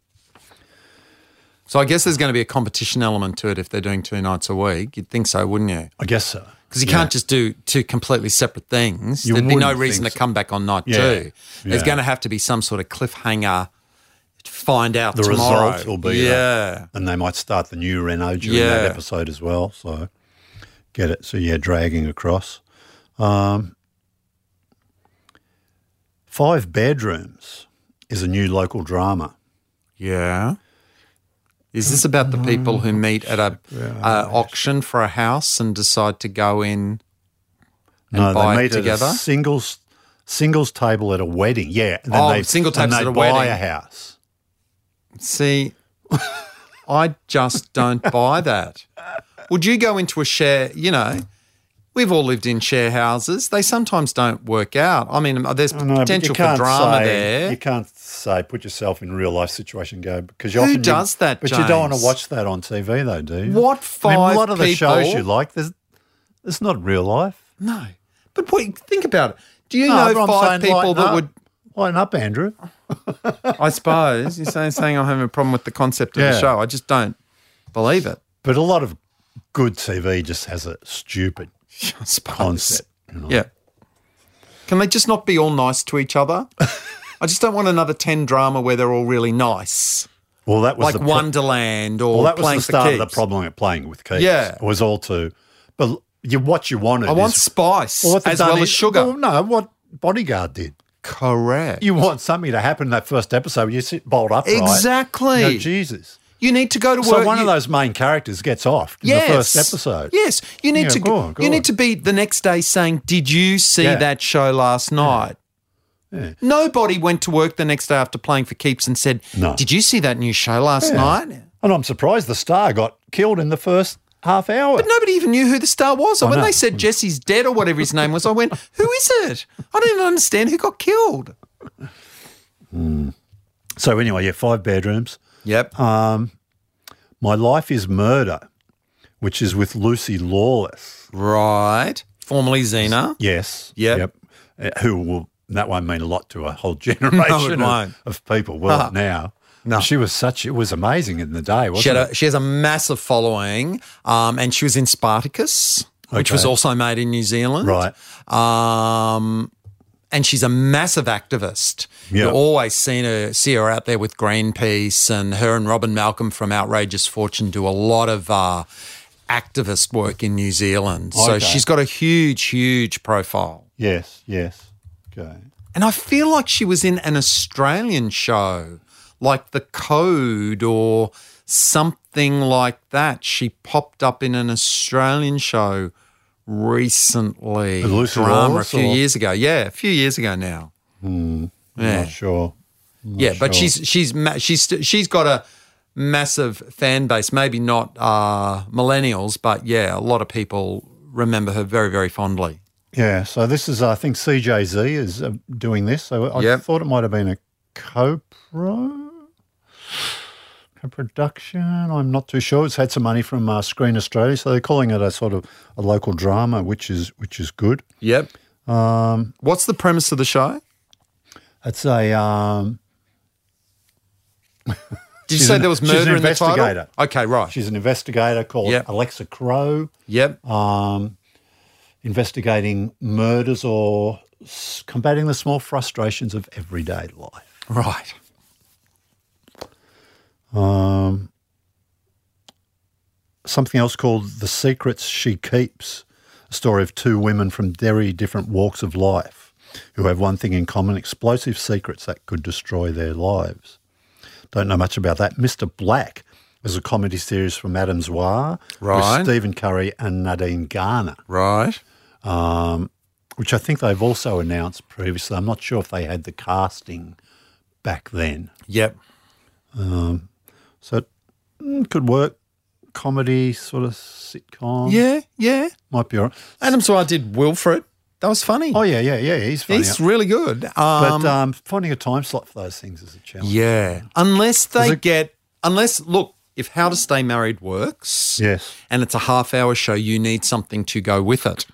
S3: So I guess there's going to be a competition element to it if they're doing two nights a week. You'd think so, wouldn't you?
S2: I guess so.
S3: Because you can't just do two completely separate things.
S2: You
S3: There'd be no
S2: wouldn't
S3: reason to
S2: think so.
S3: come back on night
S2: Yeah.
S3: two. There's
S2: Yeah.
S3: going to have to be some sort of cliffhanger to find out
S2: The
S3: tomorrow.
S2: result will be uh,
S3: yeah.
S2: And they might start the new Renault during
S3: Yeah.
S2: that episode as well. So get it. So yeah, dragging across. Um, Five Bedrooms is a new local drama.
S3: Yeah. Is this about the people who meet at a, a auction for a house and decide to go in? And
S2: No,
S3: buy it
S2: they meet
S3: together?
S2: at a singles singles table at a wedding. Yeah, and
S3: Oh,
S2: they,
S3: single
S2: and
S3: tables
S2: they
S3: at a
S2: buy
S3: wedding.
S2: a house.
S3: See, I just don't buy that. Would you go into a share? You know, we've all lived in share houses. They sometimes don't work out. I mean, there's
S2: No, but
S3: potential
S2: you
S3: for
S2: can't
S3: drama
S2: say,
S3: there.
S2: You can't say put yourself in real life situation and go because you
S3: Who
S2: often you-
S3: does that,
S2: But you don't want
S3: James?
S2: to watch that on TV though, do you?
S3: What
S2: I mean,
S3: five
S2: a lot of the
S3: people-
S2: shows you like, there's it's not real life.
S3: No, but wait, think about it. Do you know
S2: but I'm saying
S3: five people
S2: lighten
S3: that
S2: up.
S3: would?
S2: lighten up, Andrew.
S3: I suppose you're saying, saying I'm having a problem with the concept of the
S2: Yeah.
S3: show. I just don't believe it.
S2: But a lot of good TV just has a stupid
S3: I suppose.
S2: concept. You know?
S3: Yeah. Can they just not be all nice to each other? I just don't want another 10 drama where they're all really nice,
S2: Well, that was
S3: like
S2: the pro-
S3: Wonderland or
S2: Well, that was
S3: Playing
S2: the start
S3: for
S2: of the
S3: Keeps.
S2: problem at playing with kids.
S3: Yeah.
S2: it was all too. But you, what you wanted,
S3: I want
S2: is,
S3: spice
S2: what they've
S3: as
S2: done
S3: well
S2: is-
S3: as sugar.
S2: Well, no, what Bodyguard did.
S3: Correct.
S2: You want something to happen in that first episode. You sit bolt upright.
S3: Exactly.
S2: You know, Jesus.
S3: you need to go to
S2: So
S3: work.
S2: one of
S3: you-
S2: those main characters gets off in the first episode.
S3: Yes, you need
S2: Yeah,
S3: to
S2: go on, go
S3: you
S2: on.
S3: need to be the next day saying, "Did you see
S2: Yeah.
S3: that show last night?"
S2: Yeah.
S3: Nobody went to work the next day after playing for keeps and said,
S2: No.
S3: "Did you see that new show last night?"
S2: And I'm surprised the star got killed in the first half hour.
S3: But nobody even knew who the star was. Or when
S2: know.
S3: they said Jesse's dead or whatever his name was, I went, "Who is it?" I didn't understand who got killed.
S2: So anyway, yeah, five bedrooms.
S3: Yep.
S2: My life is murder, which is with Lucy Lawless.
S3: right. Formerly Xena.
S2: Yes.
S3: Yep.
S2: Yep. Uh, Who will that won't mean a lot to a whole generation of-
S3: won't. Ah.
S2: of, people. Well, now.
S3: No.
S2: She was such. It was amazing in the day, wasn't
S3: She, had
S2: it?
S3: a, she has a massive following, um, and she was in Spartacus, which
S2: Okay.
S3: was also made in New Zealand.
S2: Right.
S3: Um, and she's a massive activist.
S2: Yeah.
S3: You always seen her, see her out there with Greenpeace, and her and Robin Malcolm from Outrageous Fortune do a lot of uh, activist work in New Zealand. So
S2: Okay.
S3: she's got a huge, huge profile.
S2: Yes. Yes. Okay.
S3: And I feel like she was in an Australian show, like The Code or something like that. She popped up in an Australian show recently.
S2: With Lucy
S3: drama
S2: Lawless
S3: a few
S2: or-
S3: years ago. Yeah, a few years ago now. yeah,
S2: Not sure.
S3: yeah. But
S2: sure.
S3: she's she's ma- she's st- she's got a massive fan base. Maybe not uh, millennials, but yeah, a lot of people remember her very very fondly.
S2: Yeah. So this is, I think, CJZ is uh, doing this. So I
S3: Yep.
S2: thought it might have been a co-pro, co-production. I'm not too sure. It's had some money from uh, Screen Australia, so they're calling it a sort of a local drama, which is which is good.
S3: Yep. Um, What's the premise of the show?
S2: It's a um,
S3: Did you
S2: She's
S3: say
S2: an-
S3: there was
S2: she's
S3: murder
S2: an
S3: in the title?
S2: investigator.
S3: Okay, right.
S2: she's an investigator called
S3: Yep.
S2: Alexa Crow,
S3: yep.
S2: um, investigating murders or s- combating the small frustrations of everyday life.
S3: Right.
S2: Um, something else called The Secrets She Keeps, a story of two women from very different walks of life who have one thing in common explosive secrets that could destroy their lives. Don't know much about that. Mr. Black is a comedy series from Adam Zoir
S3: Right.
S2: with Stephen Curry and Nadine Garner,
S3: Right.
S2: which I think they've also announced previously. I'm not sure if they had the casting back then.
S3: Yep.
S2: So it mm, could work. Comedy, sort of sitcom.
S3: Yeah, yeah.
S2: Might be all right.
S3: Adam Swire did Wilfred. That was funny.
S2: Oh, yeah, yeah, yeah. He's funny.
S3: He's really good.
S2: but
S3: Um,
S2: um, finding a time slot for those things is a challenge.
S3: yeah. Unless they
S2: There's a-
S3: get, unless, look, if How to Stay Married works
S2: Yes.
S3: and it's a half hour show, you need something to go with it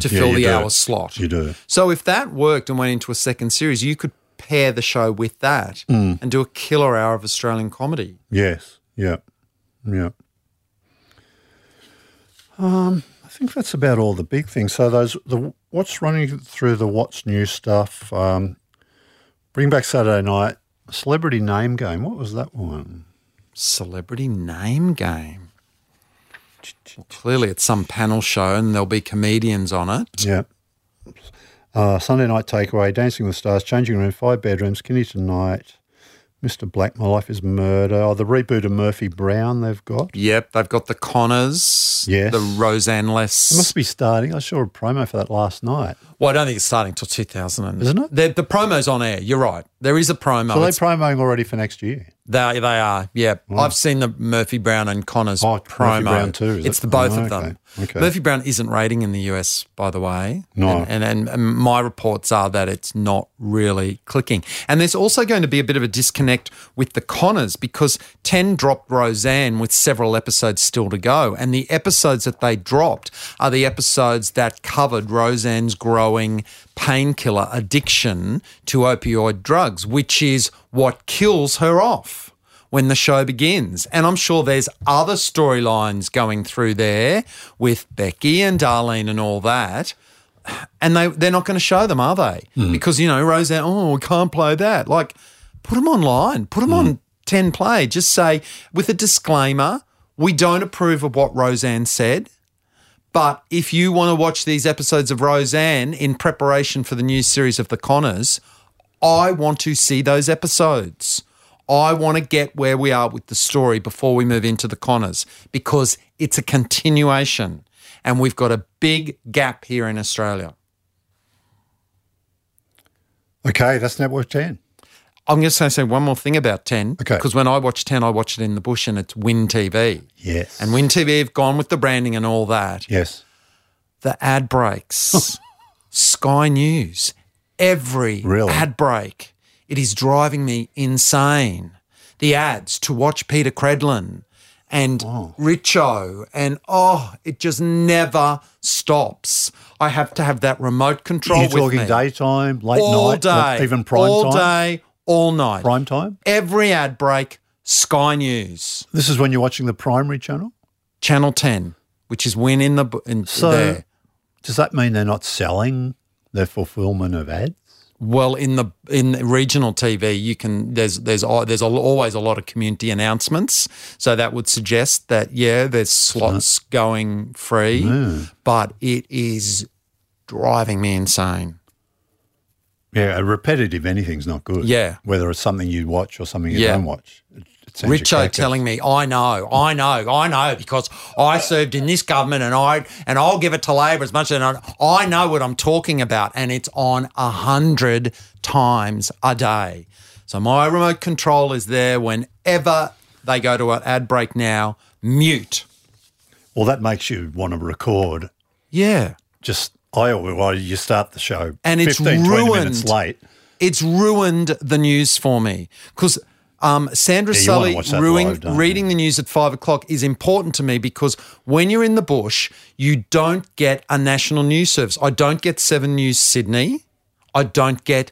S3: to
S2: Yeah,
S3: fill
S2: you
S3: the
S2: do.
S3: hour slot.
S2: You do.
S3: So if that worked and went into a second series, you could pair the show with that
S2: Mm.
S3: and do a killer hour of Australian comedy.
S2: Yes. Yeah. Yeah. Um, I think that's about all the big things. So those the what's running through the what's new stuff. Um, bring back Saturday night. Celebrity name game. What was that one?
S3: celebrity name game. Well, clearly, it's some panel show and there'll be comedians on it.
S2: Yeah. Uh, Sunday night takeaway, Dancing with Stars, Changing Room, Five Bedrooms, Kinny Tonight, Mr. Black, My Life is Murder. Oh, the reboot of Murphy Brown they've got.
S3: Yep, they've got the Connors,
S2: Yes.
S3: the Roseanne
S2: It
S3: Less.
S2: must be starting. I saw a promo for that last night.
S3: well, I don't think it's starting till 2000. and-
S2: Isn't it?
S3: The, the promo's on air. You're right. There is a promo.
S2: Are they
S3: It's-
S2: promoting already for next year?
S3: they, they are. Yeah. I've seen the Murphy Brown and Connors
S2: Oh, Murphy
S3: promo.
S2: Brown too, is
S3: it's
S2: it?
S3: the both
S2: Oh,
S3: of them.
S2: okay, okay.
S3: Murphy Brown isn't rating in the US, by the way.
S2: No.
S3: And, and, and my reports are that it's not really clicking. And there's also going to be a bit of a disconnect with the Connors because 10 dropped Roseanne with several episodes still to go. And the episodes that they dropped are the episodes that covered Roseanne's growing painkiller addiction to opioid drugs, which is what kills her off. when the show begins. And I'm sure there's other storylines going through there with Becky and Darlene and all that. And they, they're not going to show them, are they? Because, you know, Roseanne, oh, we can't play that. Like, put them online, put them on 10 play. Just say, with a disclaimer, we don't approve of what Roseanne said. But if you want to watch these episodes of Roseanne in preparation for the new series of The Connors, I want to see those episodes. I want to get where we are with the story before we move into The Connors because it's a continuation and we've got a big gap here in Australia.
S2: Okay, that's Network 10.
S3: I'm going to say one more thing about 10
S2: Okay.
S3: because when I watch 10, I watch it in the bush and it's Win TV.
S2: Yes.
S3: And Win TV have gone with the branding and all that.
S2: Yes.
S3: the ad breaks. Sky News, every
S2: Really?
S3: ad break, it is driving me insane. The ads to watch Peter Credlin and Richo, and oh, it just never stops. I have to have that remote control.
S2: You're
S3: with
S2: talking
S3: me.
S2: daytime, late
S3: all
S2: night,
S3: day,
S2: even prime
S3: all
S2: time.
S3: day, all night,
S2: Prime time.
S3: every ad break. Sky News,
S2: This is when you're watching the primary channel.
S3: Channel Ten, which is when in the bu- in
S2: So-
S3: there.
S2: Does that mean they're not selling their fulfillment of ads?
S3: Well, in the in the regional TV, you can there's there's al- there's al- always a lot of community announcements, so that would suggest that yeah, there's slots going free, but it is driving me insane.
S2: Yeah, a repetitive anything's not good.
S3: Yeah.
S2: Whether it's something you watch or something you
S3: Yeah.
S2: don't watch. It, it sends you
S3: Richo
S2: crackers.
S3: telling me, I know, I know, I know, because I served in this government and I and I'll give it to Labor as much as I, I know what I'm talking about, and it's on a hundred times a day. So my remote control is there whenever they go to an ad break now. Mute.
S2: Well, that makes you want to record.
S3: Yeah.
S2: Just I always well, you start the show
S3: And it's
S2: 15, 20 minutes
S3: ruined.
S2: late.
S3: it's ruined the news for me because um, Sandra
S2: Yeah, you wanna
S3: Sully
S2: watch that
S3: ruin-
S2: live, don't you?
S3: reading the news at five o'clock is important to me because when you're in the bush, you don't get a national news service. I don't get Seven News Sydney. I don't get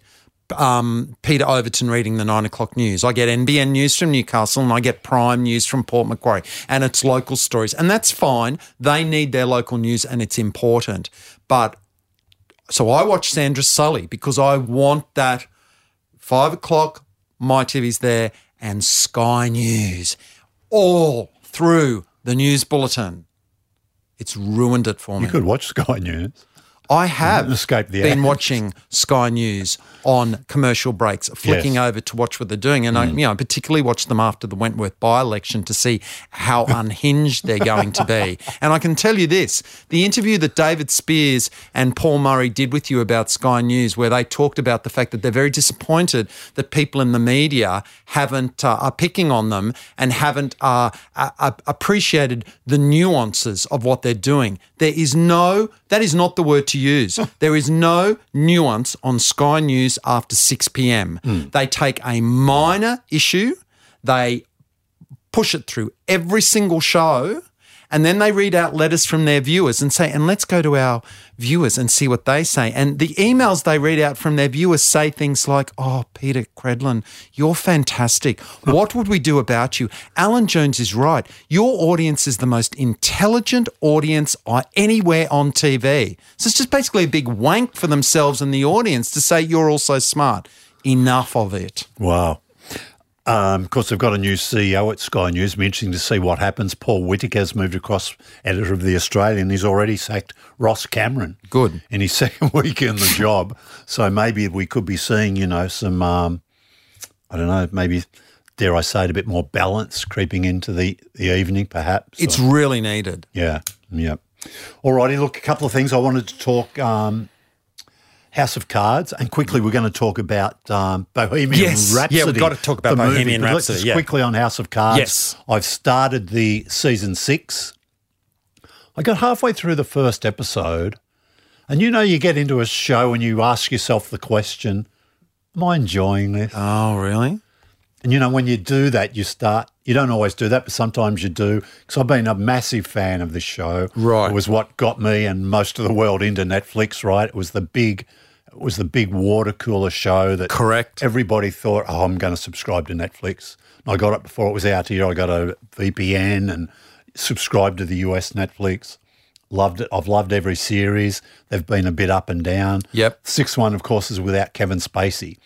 S3: um, Peter Overton reading the nine o'clock news. I get NBN news from Newcastle and I get Prime news from Port Macquarie and it's local stories. And that's fine. They need their local news and it's important. But so I watch Sandra Sully because I want that five o'clock, my TV's there, and Sky News all through the news bulletin. It's ruined it for me.
S2: You could watch Sky News.
S3: I have
S2: Escape the
S3: been
S2: ads.
S3: watching Sky News on commercial breaks, flicking
S2: Yes.
S3: over to watch what they're doing, and I, you know, particularly watch them after the Wentworth by-election to see how unhinged they're going to be. And I can tell you this: the interview that David Spears and Paul Murray did with you about Sky News, where they talked about the fact that they're very disappointed that people in the media haven't uh, are picking on them and haven't uh, uh, uh, appreciated the nuances of what they're doing. There is no that is not the word to use. there is no nuance on Sky News after 6 p.m. They take a minor issue, they push it through every single show. And then they read out letters from their viewers and say, and let's go to our viewers and see what they say. And the emails they read out from their viewers say things like, oh, Peter Credlin, you're fantastic. What would we do about you? Alan Jones is right. Your audience is the most intelligent audience I- anywhere on TV. So it's just basically a big wank for themselves and the audience to say, you're also smart. Enough of it.
S2: Wow. Um, of course, they've got a new CEO at Sky News. It'll be interesting to see what happens. Paul Whittaker's moved across, editor of The Australian. He's already sacked Ross Cameron.
S3: Good.
S2: In his second week in the job. So maybe we could be seeing, you know, some, um, I don't know, maybe, dare I say it, a bit more balance creeping into the, the evening, perhaps.
S3: It's really needed.
S2: Yeah, yeah. All righty. Look, a couple of things I wanted to talk. Um, House of Cards, and quickly we're going to talk about um, Bohemian
S3: Yes. Yeah,
S2: Rhapsody.
S3: we've got to talk about
S2: the movie,
S3: Bohemian
S2: but let's
S3: Rhapsody,
S2: just
S3: yeah.
S2: quickly on House of Cards.
S3: Yes.
S2: I've started the season six. I got halfway through the first episode, and you know, you get into a show and you ask yourself the question, "Am I enjoying this?"
S3: Oh, really?
S2: And you know, when you do that, you start, you don't always do that, but sometimes you do. Because I've been a massive fan of this show.
S3: Right.
S2: It was what got me and most of the world into Netflix, right? It was the big, It was the big water cooler show that
S3: Correct.
S2: everybody thought, oh, I'm going to subscribe to Netflix. And I got it before it was out here. I got a VPN and subscribed to the US Netflix. Loved it. I've loved every series. They've been a bit up and down.
S3: Yep.
S2: Sixth one, of course, is without Kevin Spacey.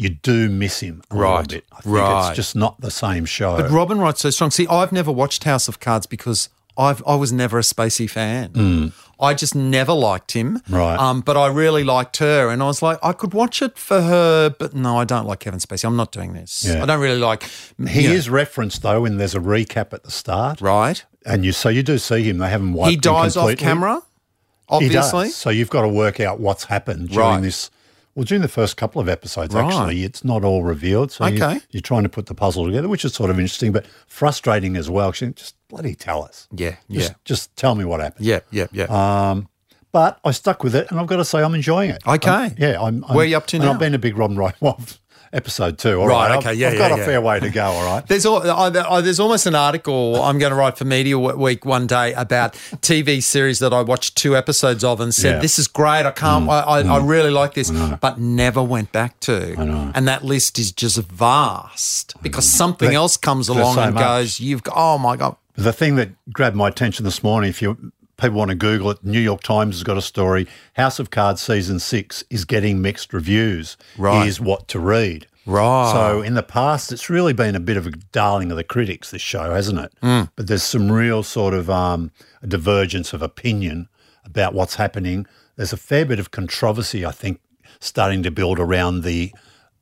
S2: You do miss him a little
S3: Right.
S2: bit. I think
S3: Right.
S2: it's just not the same show.
S3: But Robin writes so strong. See, I've never watched House of Cards because I've I was never a Spacey fan. I just never liked him.
S2: Hmm. Right.
S3: Um, but I really liked her, and I was like, I could watch it for her, but no, I don't like Kevin Spacey. I'm not doing this.
S2: Yeah.
S3: I don't really like.
S2: he
S3: you know,
S2: is referenced though, and there's a recap at the start,
S3: right.
S2: and you so you do see him. They haven't wiped
S3: He
S2: him
S3: dies off
S2: completely.
S3: camera.
S2: He does.
S3: Obviously,
S2: So you've got to work out what's happened during
S3: Right.
S2: this. Well, during the first couple of episodes,
S3: Right.
S2: actually, it's not all revealed. So you,
S3: Okay.
S2: are trying to put the puzzle together, which is sort of interesting, but frustrating as well. 'cause you Just bloody tell us.
S3: Yeah,
S2: Just,
S3: yeah.
S2: just tell me what happened.
S3: yeah, yeah, yeah.
S2: But I stuck with it, and I've got to say, I'm enjoying it.
S3: Okay.
S2: I'm- yeah. I'm, I'm,
S3: Where you up to
S2: and
S3: now?
S2: I've been a big Robin Wright episode two. All
S3: Right,
S2: right.
S3: okay,
S2: I've,
S3: yeah,
S2: I've
S3: yeah,
S2: got
S3: yeah.
S2: a fair way to go. All right.
S3: There's all, I, I, there's almost an article I'm going to write for Media Week one day about TV series that I watched two episodes of and said
S2: Yeah. Mm.
S3: this is great. I can't. I, I, I really like this, but never went back to. And that list is just vast
S2: Mm.
S3: because something else comes along
S2: so
S3: and
S2: much.
S3: goes. You've got. Oh my god.
S2: The thing that grabbed my attention this morning, if you people want to Google it, New York Times has got a story. House of Cards season six is getting mixed reviews.
S3: Right.
S2: Here's what to read.
S3: Right.
S2: So in the past, it's really been a bit of a darling of the critics. This show, hasn't it?
S3: Hmm.
S2: But there's some real sort of um, a divergence of opinion about what's happening. There's a fair bit of controversy, I think, starting to build around the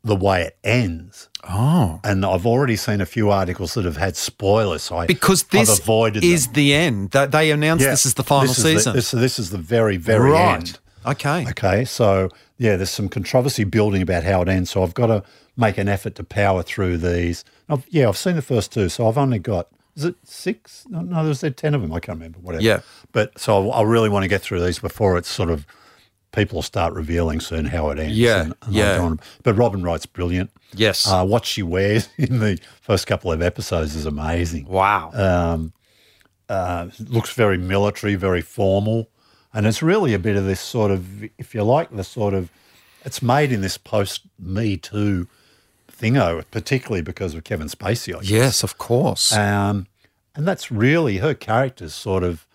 S2: the way it ends. Oh, and I've already seen a few articles that have had spoilers. So I
S3: because this
S2: I've avoided
S3: is
S2: them.
S3: the end. They, they announced
S2: Yeah.
S3: this is the final
S2: This is
S3: season.
S2: this, this is the very very
S3: right.
S2: end.
S3: Okay.
S2: Okay, so yeah, there's some controversy building about how it ends. So I've got to make an effort to power through these. I've, yeah, I've seen the first two, so I've only got is it six? No, no there's there ten of them. I can't remember. Whatever.
S3: Yeah.
S2: But so I, I really want to get through these before it's sort of people start revealing soon how it ends.
S3: Yeah,
S2: I
S3: yeah.
S2: don't wanna- but Robin Wright's brilliant.
S3: Yes.
S2: Uh, what she wears in the first couple of episodes is amazing
S3: wow.
S2: uh, looks very military, very formal, and it's really a bit of this sort of, if you like, the sort of, it's made in this post Me Too thingo, particularly because of Kevin Spacey. I guess.
S3: yes, of course.
S2: Um, and that's really her character's sort of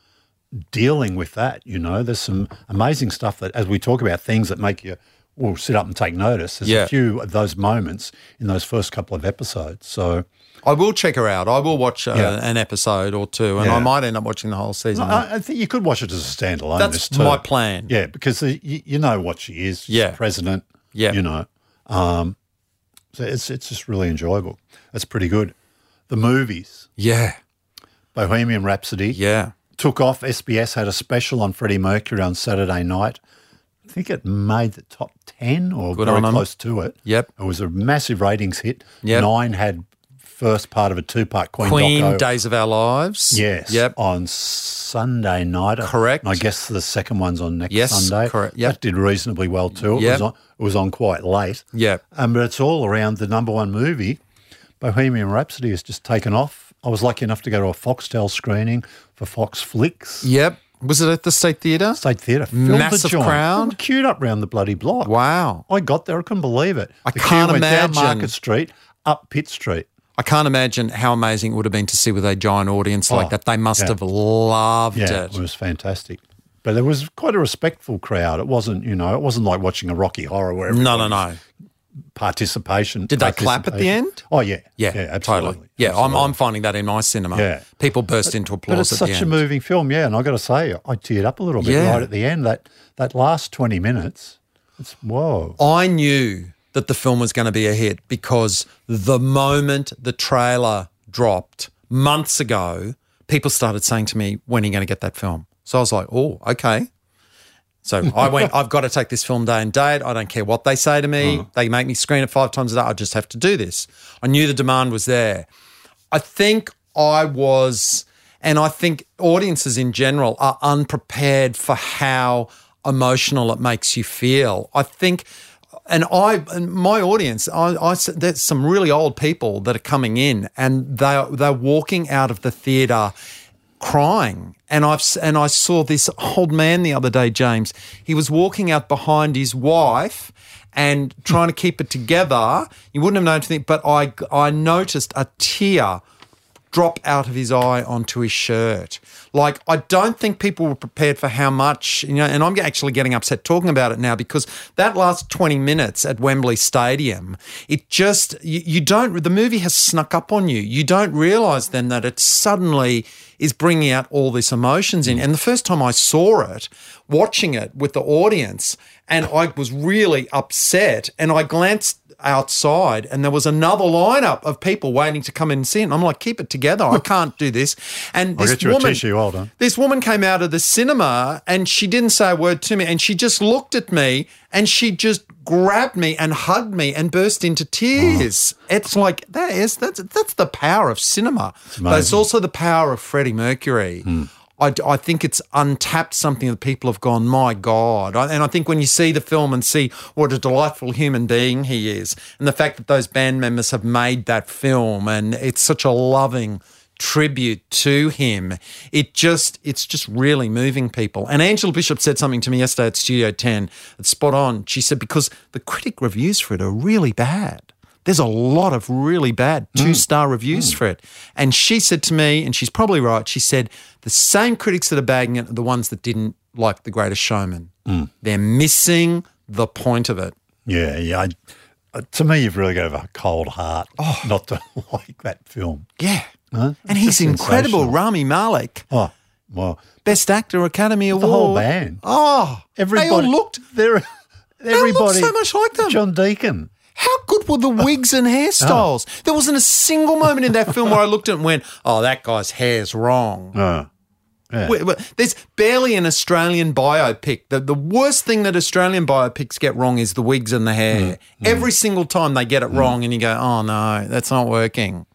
S2: dealing with that. You know, there's some amazing stuff that, as we talk about things that make you well sit up and take notice. There's
S3: Yeah.
S2: a few of those moments in those first couple of episodes. So.
S3: I will check her out. I will watch uh,
S2: Yeah.
S3: an episode or two, and I
S2: Yeah.
S3: might end up watching the whole season.
S2: I, I think you could watch it as a standalone.
S3: Um, That's
S2: this too.
S3: my plan.
S2: Yeah, because you, you know what she is. She's
S3: Yeah.
S2: president.
S3: Yeah.
S2: you know, um, so it's it's just really enjoyable. That's pretty good. The movies,
S3: yeah,
S2: Bohemian Rhapsody,
S3: yeah.
S2: took off. SBS had a special on Freddie Mercury on Saturday night. I think it made the top ten or
S3: Good
S2: very
S3: on 'em.
S2: close to it.
S3: Yep.
S2: it was a massive ratings hit.
S3: Yep.
S2: Nine had first part of a two part Queen,
S3: Queen,
S2: doco.
S3: Days of Our Lives.
S2: Yes.
S3: Yep.
S2: On Sunday night.
S3: Correct.
S2: And I guess the second one's on next
S3: Yes,
S2: Sunday.
S3: correct. Yep.
S2: That did reasonably well too. It,
S3: Yep.
S2: was on, it was on quite late.
S3: Yep.
S2: Um, but it's all around the number one movie. Bohemian Rhapsody has just taken off. I was lucky enough to go to a Foxtel screening for Fox Flicks.
S3: Yep. Was it at the State Theatre?
S2: State Theatre. Filled the
S3: Massive
S2: joint.
S3: crowd.
S2: They were Queued up round the bloody block.
S3: Wow.
S2: I got there. I couldn't believe it.
S3: I
S2: the
S3: can't
S2: queue went down
S3: imagine.
S2: Market Street, up Pitt Street.
S3: I can't imagine how amazing it would have been to see with a giant audience like that. They must
S2: Oh, yeah.
S3: have loved
S2: Yeah,
S3: it.
S2: it was fantastic. But it was quite a respectful crowd. It wasn't, you know, it wasn't like watching a Rocky Horror where
S3: No, no,
S2: everybody's
S3: no.
S2: participation.
S3: Did they clap at the
S2: participation.
S3: end?
S2: Oh yeah,
S3: Yeah,
S2: yeah, absolutely.
S3: totally. Yeah, I'm, I'm finding that in my cinema.
S2: Yeah.
S3: People burst into
S2: But
S3: applause
S2: it's
S3: at
S2: such
S3: the
S2: a
S3: end.
S2: moving film, yeah. And I got to say, I teared up a little bit
S3: Yeah.
S2: right at the end. That that last twenty minutes, it's whoa.
S3: I knew that the film was going to be a hit because the moment the trailer dropped months ago, people started saying to me, When are you going to get that film? So I was like, Oh, okay. So I went, I've got to take this film day and date. I don't care what they say to me. They make me screen it five times a day. I just have to do this. I knew the demand was there. I think I was, and I think audiences in general are unprepared for how emotional it makes you feel. I think, and I, and my audience, I, I s- there's some really old people that are coming in, and they are- they're walking out of the theater crying. And I've s- and I saw this old man the other day, James. He was walking out behind his wife and trying to keep it together. You wouldn't have known to think, but I I noticed a tear drop out of his eye onto his shirt. Like, I don't think people were prepared for how much, you know, and I'm actually getting upset talking about it now because that last 20 minutes at Wembley Stadium, it just, you, you don't, the movie has snuck up on you. You don't realize then that it suddenly is bringing out all these emotions in. And the first time I saw it, watching it with the audience, and I was really upset and I glanced outside and there was another lineup of people waiting to come in and see it. And I'm like, keep it together. I can't do this. And
S2: I'll
S3: this
S2: get you a
S3: woman,
S2: tissue, hold on.
S3: This woman came out of the cinema and she didn't say a word to me. And she just looked at me and she just grabbed me and hugged me and burst into tears. It's like that is that's that's the power of cinema. But it's also the power of Freddie Mercury. I, I think it's untapped something that people have gone, my God. I, and I think when you see the film and see what a delightful human being he is, and the fact that those band members have made that film, and it's such a loving tribute to him, it just it's just really moving people. And Angela Bishop said something to me yesterday at Studio 10. It's spot on. She said because the critic reviews for it are really bad there's a lot of really bad
S2: Mm.
S3: two star reviews for it. And she said to me, and she's probably right, she said, the same critics that are bagging it are the ones that didn't like The Greatest Showman.
S2: Mm.
S3: They're missing the point of it.
S2: Yeah, yeah. I, uh, to me, you've really got to have a cold heart
S3: Oh.
S2: not to like that film.
S3: Yeah. and he's
S2: Just
S3: incredible.
S2: sensational.
S3: Rami Malek,
S2: Oh, well,
S3: Best Actor Academy Award.
S2: the whole band.
S3: Oh,
S2: Everybody
S3: They all looked.
S2: They're, everybody
S3: so much like them.
S2: John Deacon.
S3: How good were the wigs and hairstyles? There wasn't a single moment in that film where I looked at it and went, oh, that guy's hair's wrong.
S2: Uh,
S3: Wait, wait, There's barely an Australian biopic. The, the worst thing that Australian biopics get wrong is the wigs and the hair. Every single time they get it wrong, and you go, oh no, that's not working.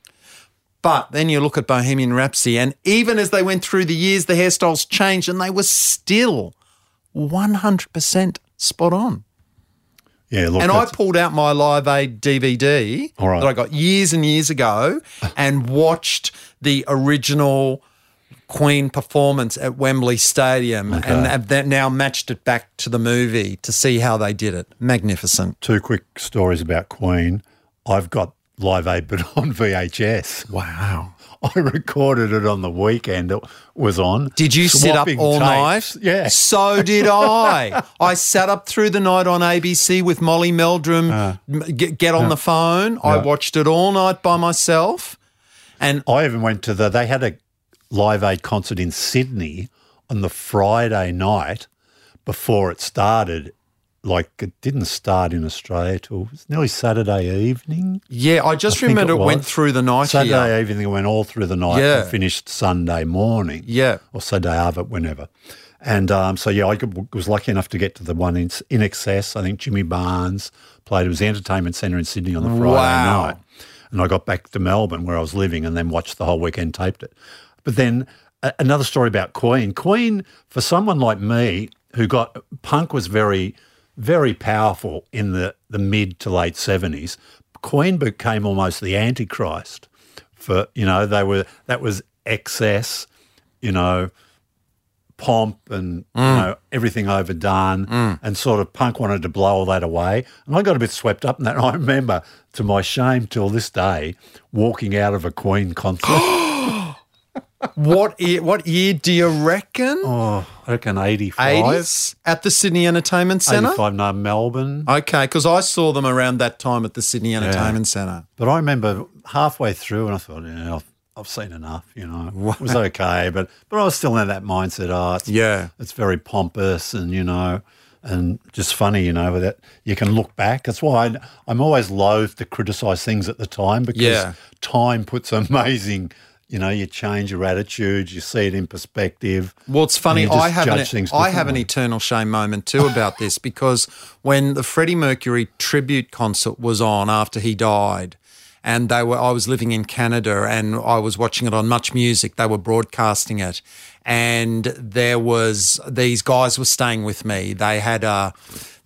S3: But then you look at Bohemian Rhapsody, and even as they went through the years, the hairstyles changed, and they were still 100% spot on.
S2: yeah, look.
S3: And I
S2: that's-
S3: pulled out my Live Aid DVD
S2: All right.
S3: that I got years and years ago and watched the original Queen performance at Wembley Stadium and have that now matched it back to the movie to see how they did it. Magnificent.
S2: two quick stories about Queen. I've got Live Aid, but on VHS.
S3: Wow.
S2: I recorded it on the weekend. It was on.
S3: Did you sit up
S2: Swapping
S3: all
S2: tapes.
S3: night?
S2: Yeah.
S3: So did I. I sat up through the night on ABC with Molly Meldrum.
S2: Uh.
S3: m- get, get on the phone. I watched it all night by myself. And
S2: I even went to the. They had a Live Aid concert in Sydney on the Friday night before it started. Like it didn't start in Australia till it was nearly Saturday evening.
S3: yeah, I just
S2: think
S3: remember
S2: it
S3: it, went
S2: was.
S3: through the night here.
S2: Saturday evening it went all through the night
S3: Yeah.
S2: and finished Sunday morning.
S3: Yeah.
S2: or Sunday Arbor, whenever. And um, so, yeah, I could- was lucky enough to get to the one in, in excess. I think Jimmy Barnes played. It was the Entertainment Centre in Sydney on the Friday
S3: Wow.
S2: night. And I got back to Melbourne where I was living and then watched the whole weekend, taped it. But then a- another story about Queen. Queen, for someone like me who got punk was very, very powerful in the, the mid to late 70s. Queen became almost the Antichrist for, you know, they were, that was excess, you know, pomp and you know everything overdone and sort of punk wanted to blow all that away and I got a bit swept up in that and I remember to my shame till this day walking out of a Queen concert I
S3: What year, what year do you reckon?
S2: reckon 85
S3: 80s at the Sydney Entertainment Centre?
S2: 85 no Melbourne
S3: Okay, because I saw them around that time at the Sydney Entertainment Centre.
S2: but I remember halfway through and I thought yeah I've, I've seen enough you know it was okay but but I was still in that mindset oh it's,
S3: Yeah.
S2: it's very pompous and you know and just funny you know that you can look back that's why I, i'm always loath to criticize things at the time because
S3: Yeah.
S2: time puts amazing you know you change your attitude you see it in perspective
S3: Well, it's funny.
S2: And you just
S3: I have
S2: judge
S3: an,
S2: things
S3: I have an
S2: differently.
S3: eternal shame moment too about this because when the Freddie Mercury tribute concert was on after he died, and they were I was living in Canada and I was watching it on Much Music. They were broadcasting it, and there was these guys were staying with me. They had a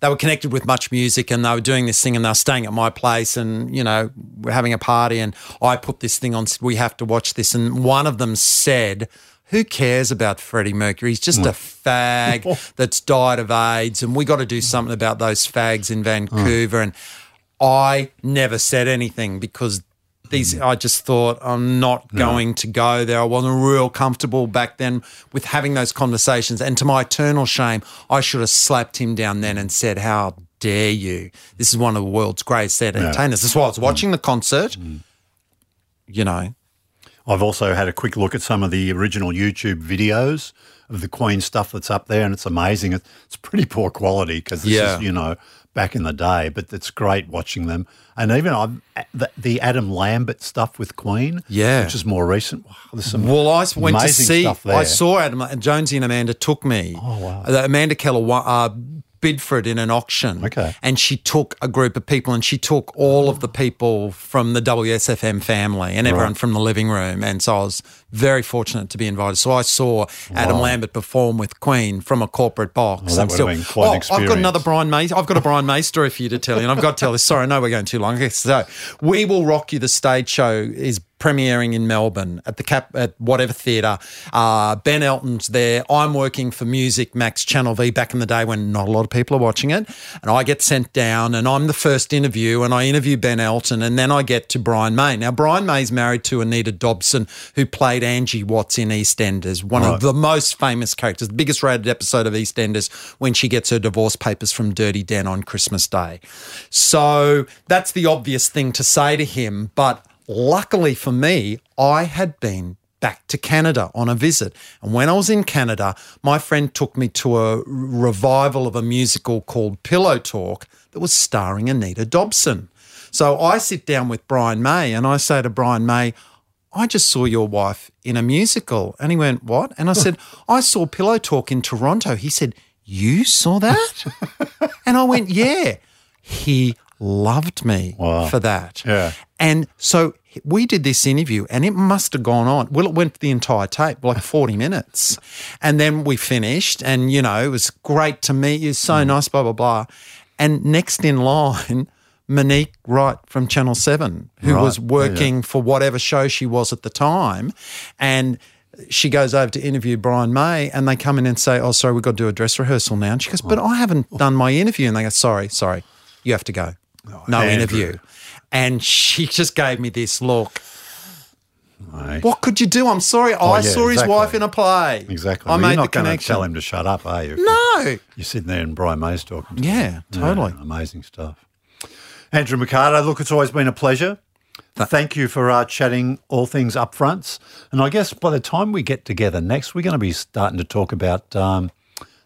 S3: they were connected with much music and they were doing this thing and they were staying at my place and you know we're having a party and I put this thing on we have to watch this and one of them said who cares about Freddie Mercury? He's just a fag that's died of AIDS, and we got to do something about those fags in Vancouver. And I never said anything because these. I just thought I'm not going to go there. I wasn't real comfortable back then with having those conversations, and to my eternal shame, I should have slapped him down then and said, "How dare you? This is one of the world's greatest entertainers." That's why I was watching the concert. You know,
S2: I've also had a quick look at some of the original YouTube videos of the Queen stuff that's up there, and it's amazing. It- It's pretty poor quality because this
S3: Yeah.
S2: is, you know, back in the day, but it's great watching them. And even I've, the, the Adam Lambert stuff with Queen,
S3: Yeah.
S2: which is more recent. Wow, there's some
S3: Well, I s- went to
S2: amazing
S3: see.
S2: stuff there.
S3: I saw Adam and Jonesy and Amanda took me. Oh wow! Amanda Keller wa- uh, bid for it in an auction.
S2: Okay.
S3: and she took a group of people, and she took all of the people from the WSFM family and everyone from the living room. And so I was very fortunate to be invited. So I saw Adam Lambert perform with Queen from a corporate box.
S2: that
S3: I'm
S2: would have been quite an
S3: I've got another
S2: experience.
S3: Brian May. I've got a Brian May story for you to tell you, and I've got to tell this. Sorry, I know we're going too long. Okay, So, We Will Rock You, the stage show, is premiering in Melbourne at the Cap at whatever theatre. Uh, ben Elton's there. I'm working for Music Max Channel V back in the day when not a lot of people are watching it, and I get sent down, and I'm the first interview, and I interview Ben Elton, and then I get to Brian May. Now, Brian May's married to Anita Dobson, who played Angie Watts in EastEnders, one of the most famous characters, the biggest rated episode of EastEnders when she gets her divorce papers from Dirty Dan on Christmas Day. So that's the obvious thing to say to him. But luckily for me, I had been back to Canada on a visit. And when I was in Canada, my friend took me to a revival of a musical called Pillow Talk that was starring Anita Dobson. So I sit down with Brian May and I say to Brian May, I just saw your wife in a musical. And he went, What? And I said, I saw Pillow Talk in Toronto. He said, You saw that? and I went, Yeah. He loved me for that.
S2: Yeah.
S3: And so we did this interview and it must have gone on. Well, it went the entire tape, like 40 minutes. And then we finished and, you know, it was great to meet you, so nice, blah, blah, blah. And next in line, Monique Wright from Channel 7, who was working for whatever show she was at the time. And she goes over to interview Brian May and they come in and say, Oh, sorry, we've got to do a dress rehearsal now. And she goes, But I haven't done my interview. And they go, Sorry, sorry, you have to go. No
S2: Oh, Andrew.
S3: interview. And she just gave me this look.
S2: Mate, Oh,
S3: What could you do? I'm sorry. I
S2: yeah,
S3: saw his
S2: exactly.
S3: wife in a play.
S2: Exactly.
S3: I
S2: Well,
S3: made
S2: you're not
S3: the
S2: going to
S3: connection.
S2: tell him to shut up, are you?
S3: No.
S2: You're sitting there and Brian May's talking to you.
S3: Yeah, totally.
S2: amazing stuff. Andrew Mercado, look, it's always been a pleasure. Thank you for uh, chatting all things upfronts. And I guess by the time we get together next, we're going to be starting to talk about um,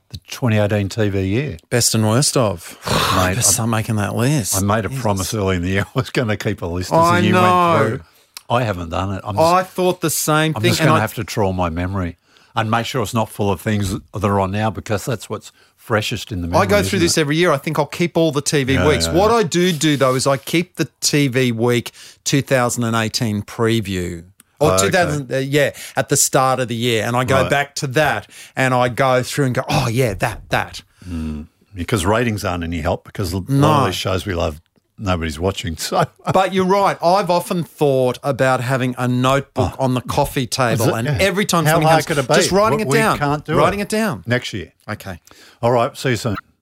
S2: the 2018 TV year.
S3: Best and worst of.
S2: Mate,
S3: Just start making that list.
S2: I made a promise early in the year I was going to keep a list as
S3: I
S2: the year
S3: know.
S2: went through. I haven't done it. I'm just,
S3: I thought the same
S2: I'm
S3: thing.
S2: just going
S3: and
S2: to
S3: I-
S2: have to trawl my memory and make sure it's not full of things that are on now because that's what's freshest in the memory.
S3: I go
S2: isn't
S3: through
S2: it?
S3: this every year. I think I'll keep all the TV weeks.
S2: yeah,
S3: what I do do though is I keep the TV week 2018 preview. Or
S2: Oh, okay.
S3: 2000, uh, yeah, at the start of the year. And I go
S2: Right.
S3: back to that and I go through and go, oh, yeah, that, that.
S2: because ratings aren't any help because a lot
S3: No.
S2: of these shows we love, nobody's watching. So
S3: But you're right. I've often thought about having a notebook on the coffee table,
S2: Oh. it?
S3: and
S2: Yeah.
S3: every time
S2: how
S3: something
S2: hard
S3: comes,
S2: could it be?
S3: just writing
S2: We-
S3: it down.
S2: We can't do
S3: writing it,
S2: it
S3: down.
S2: next year.
S3: Okay.
S2: All right. See you soon.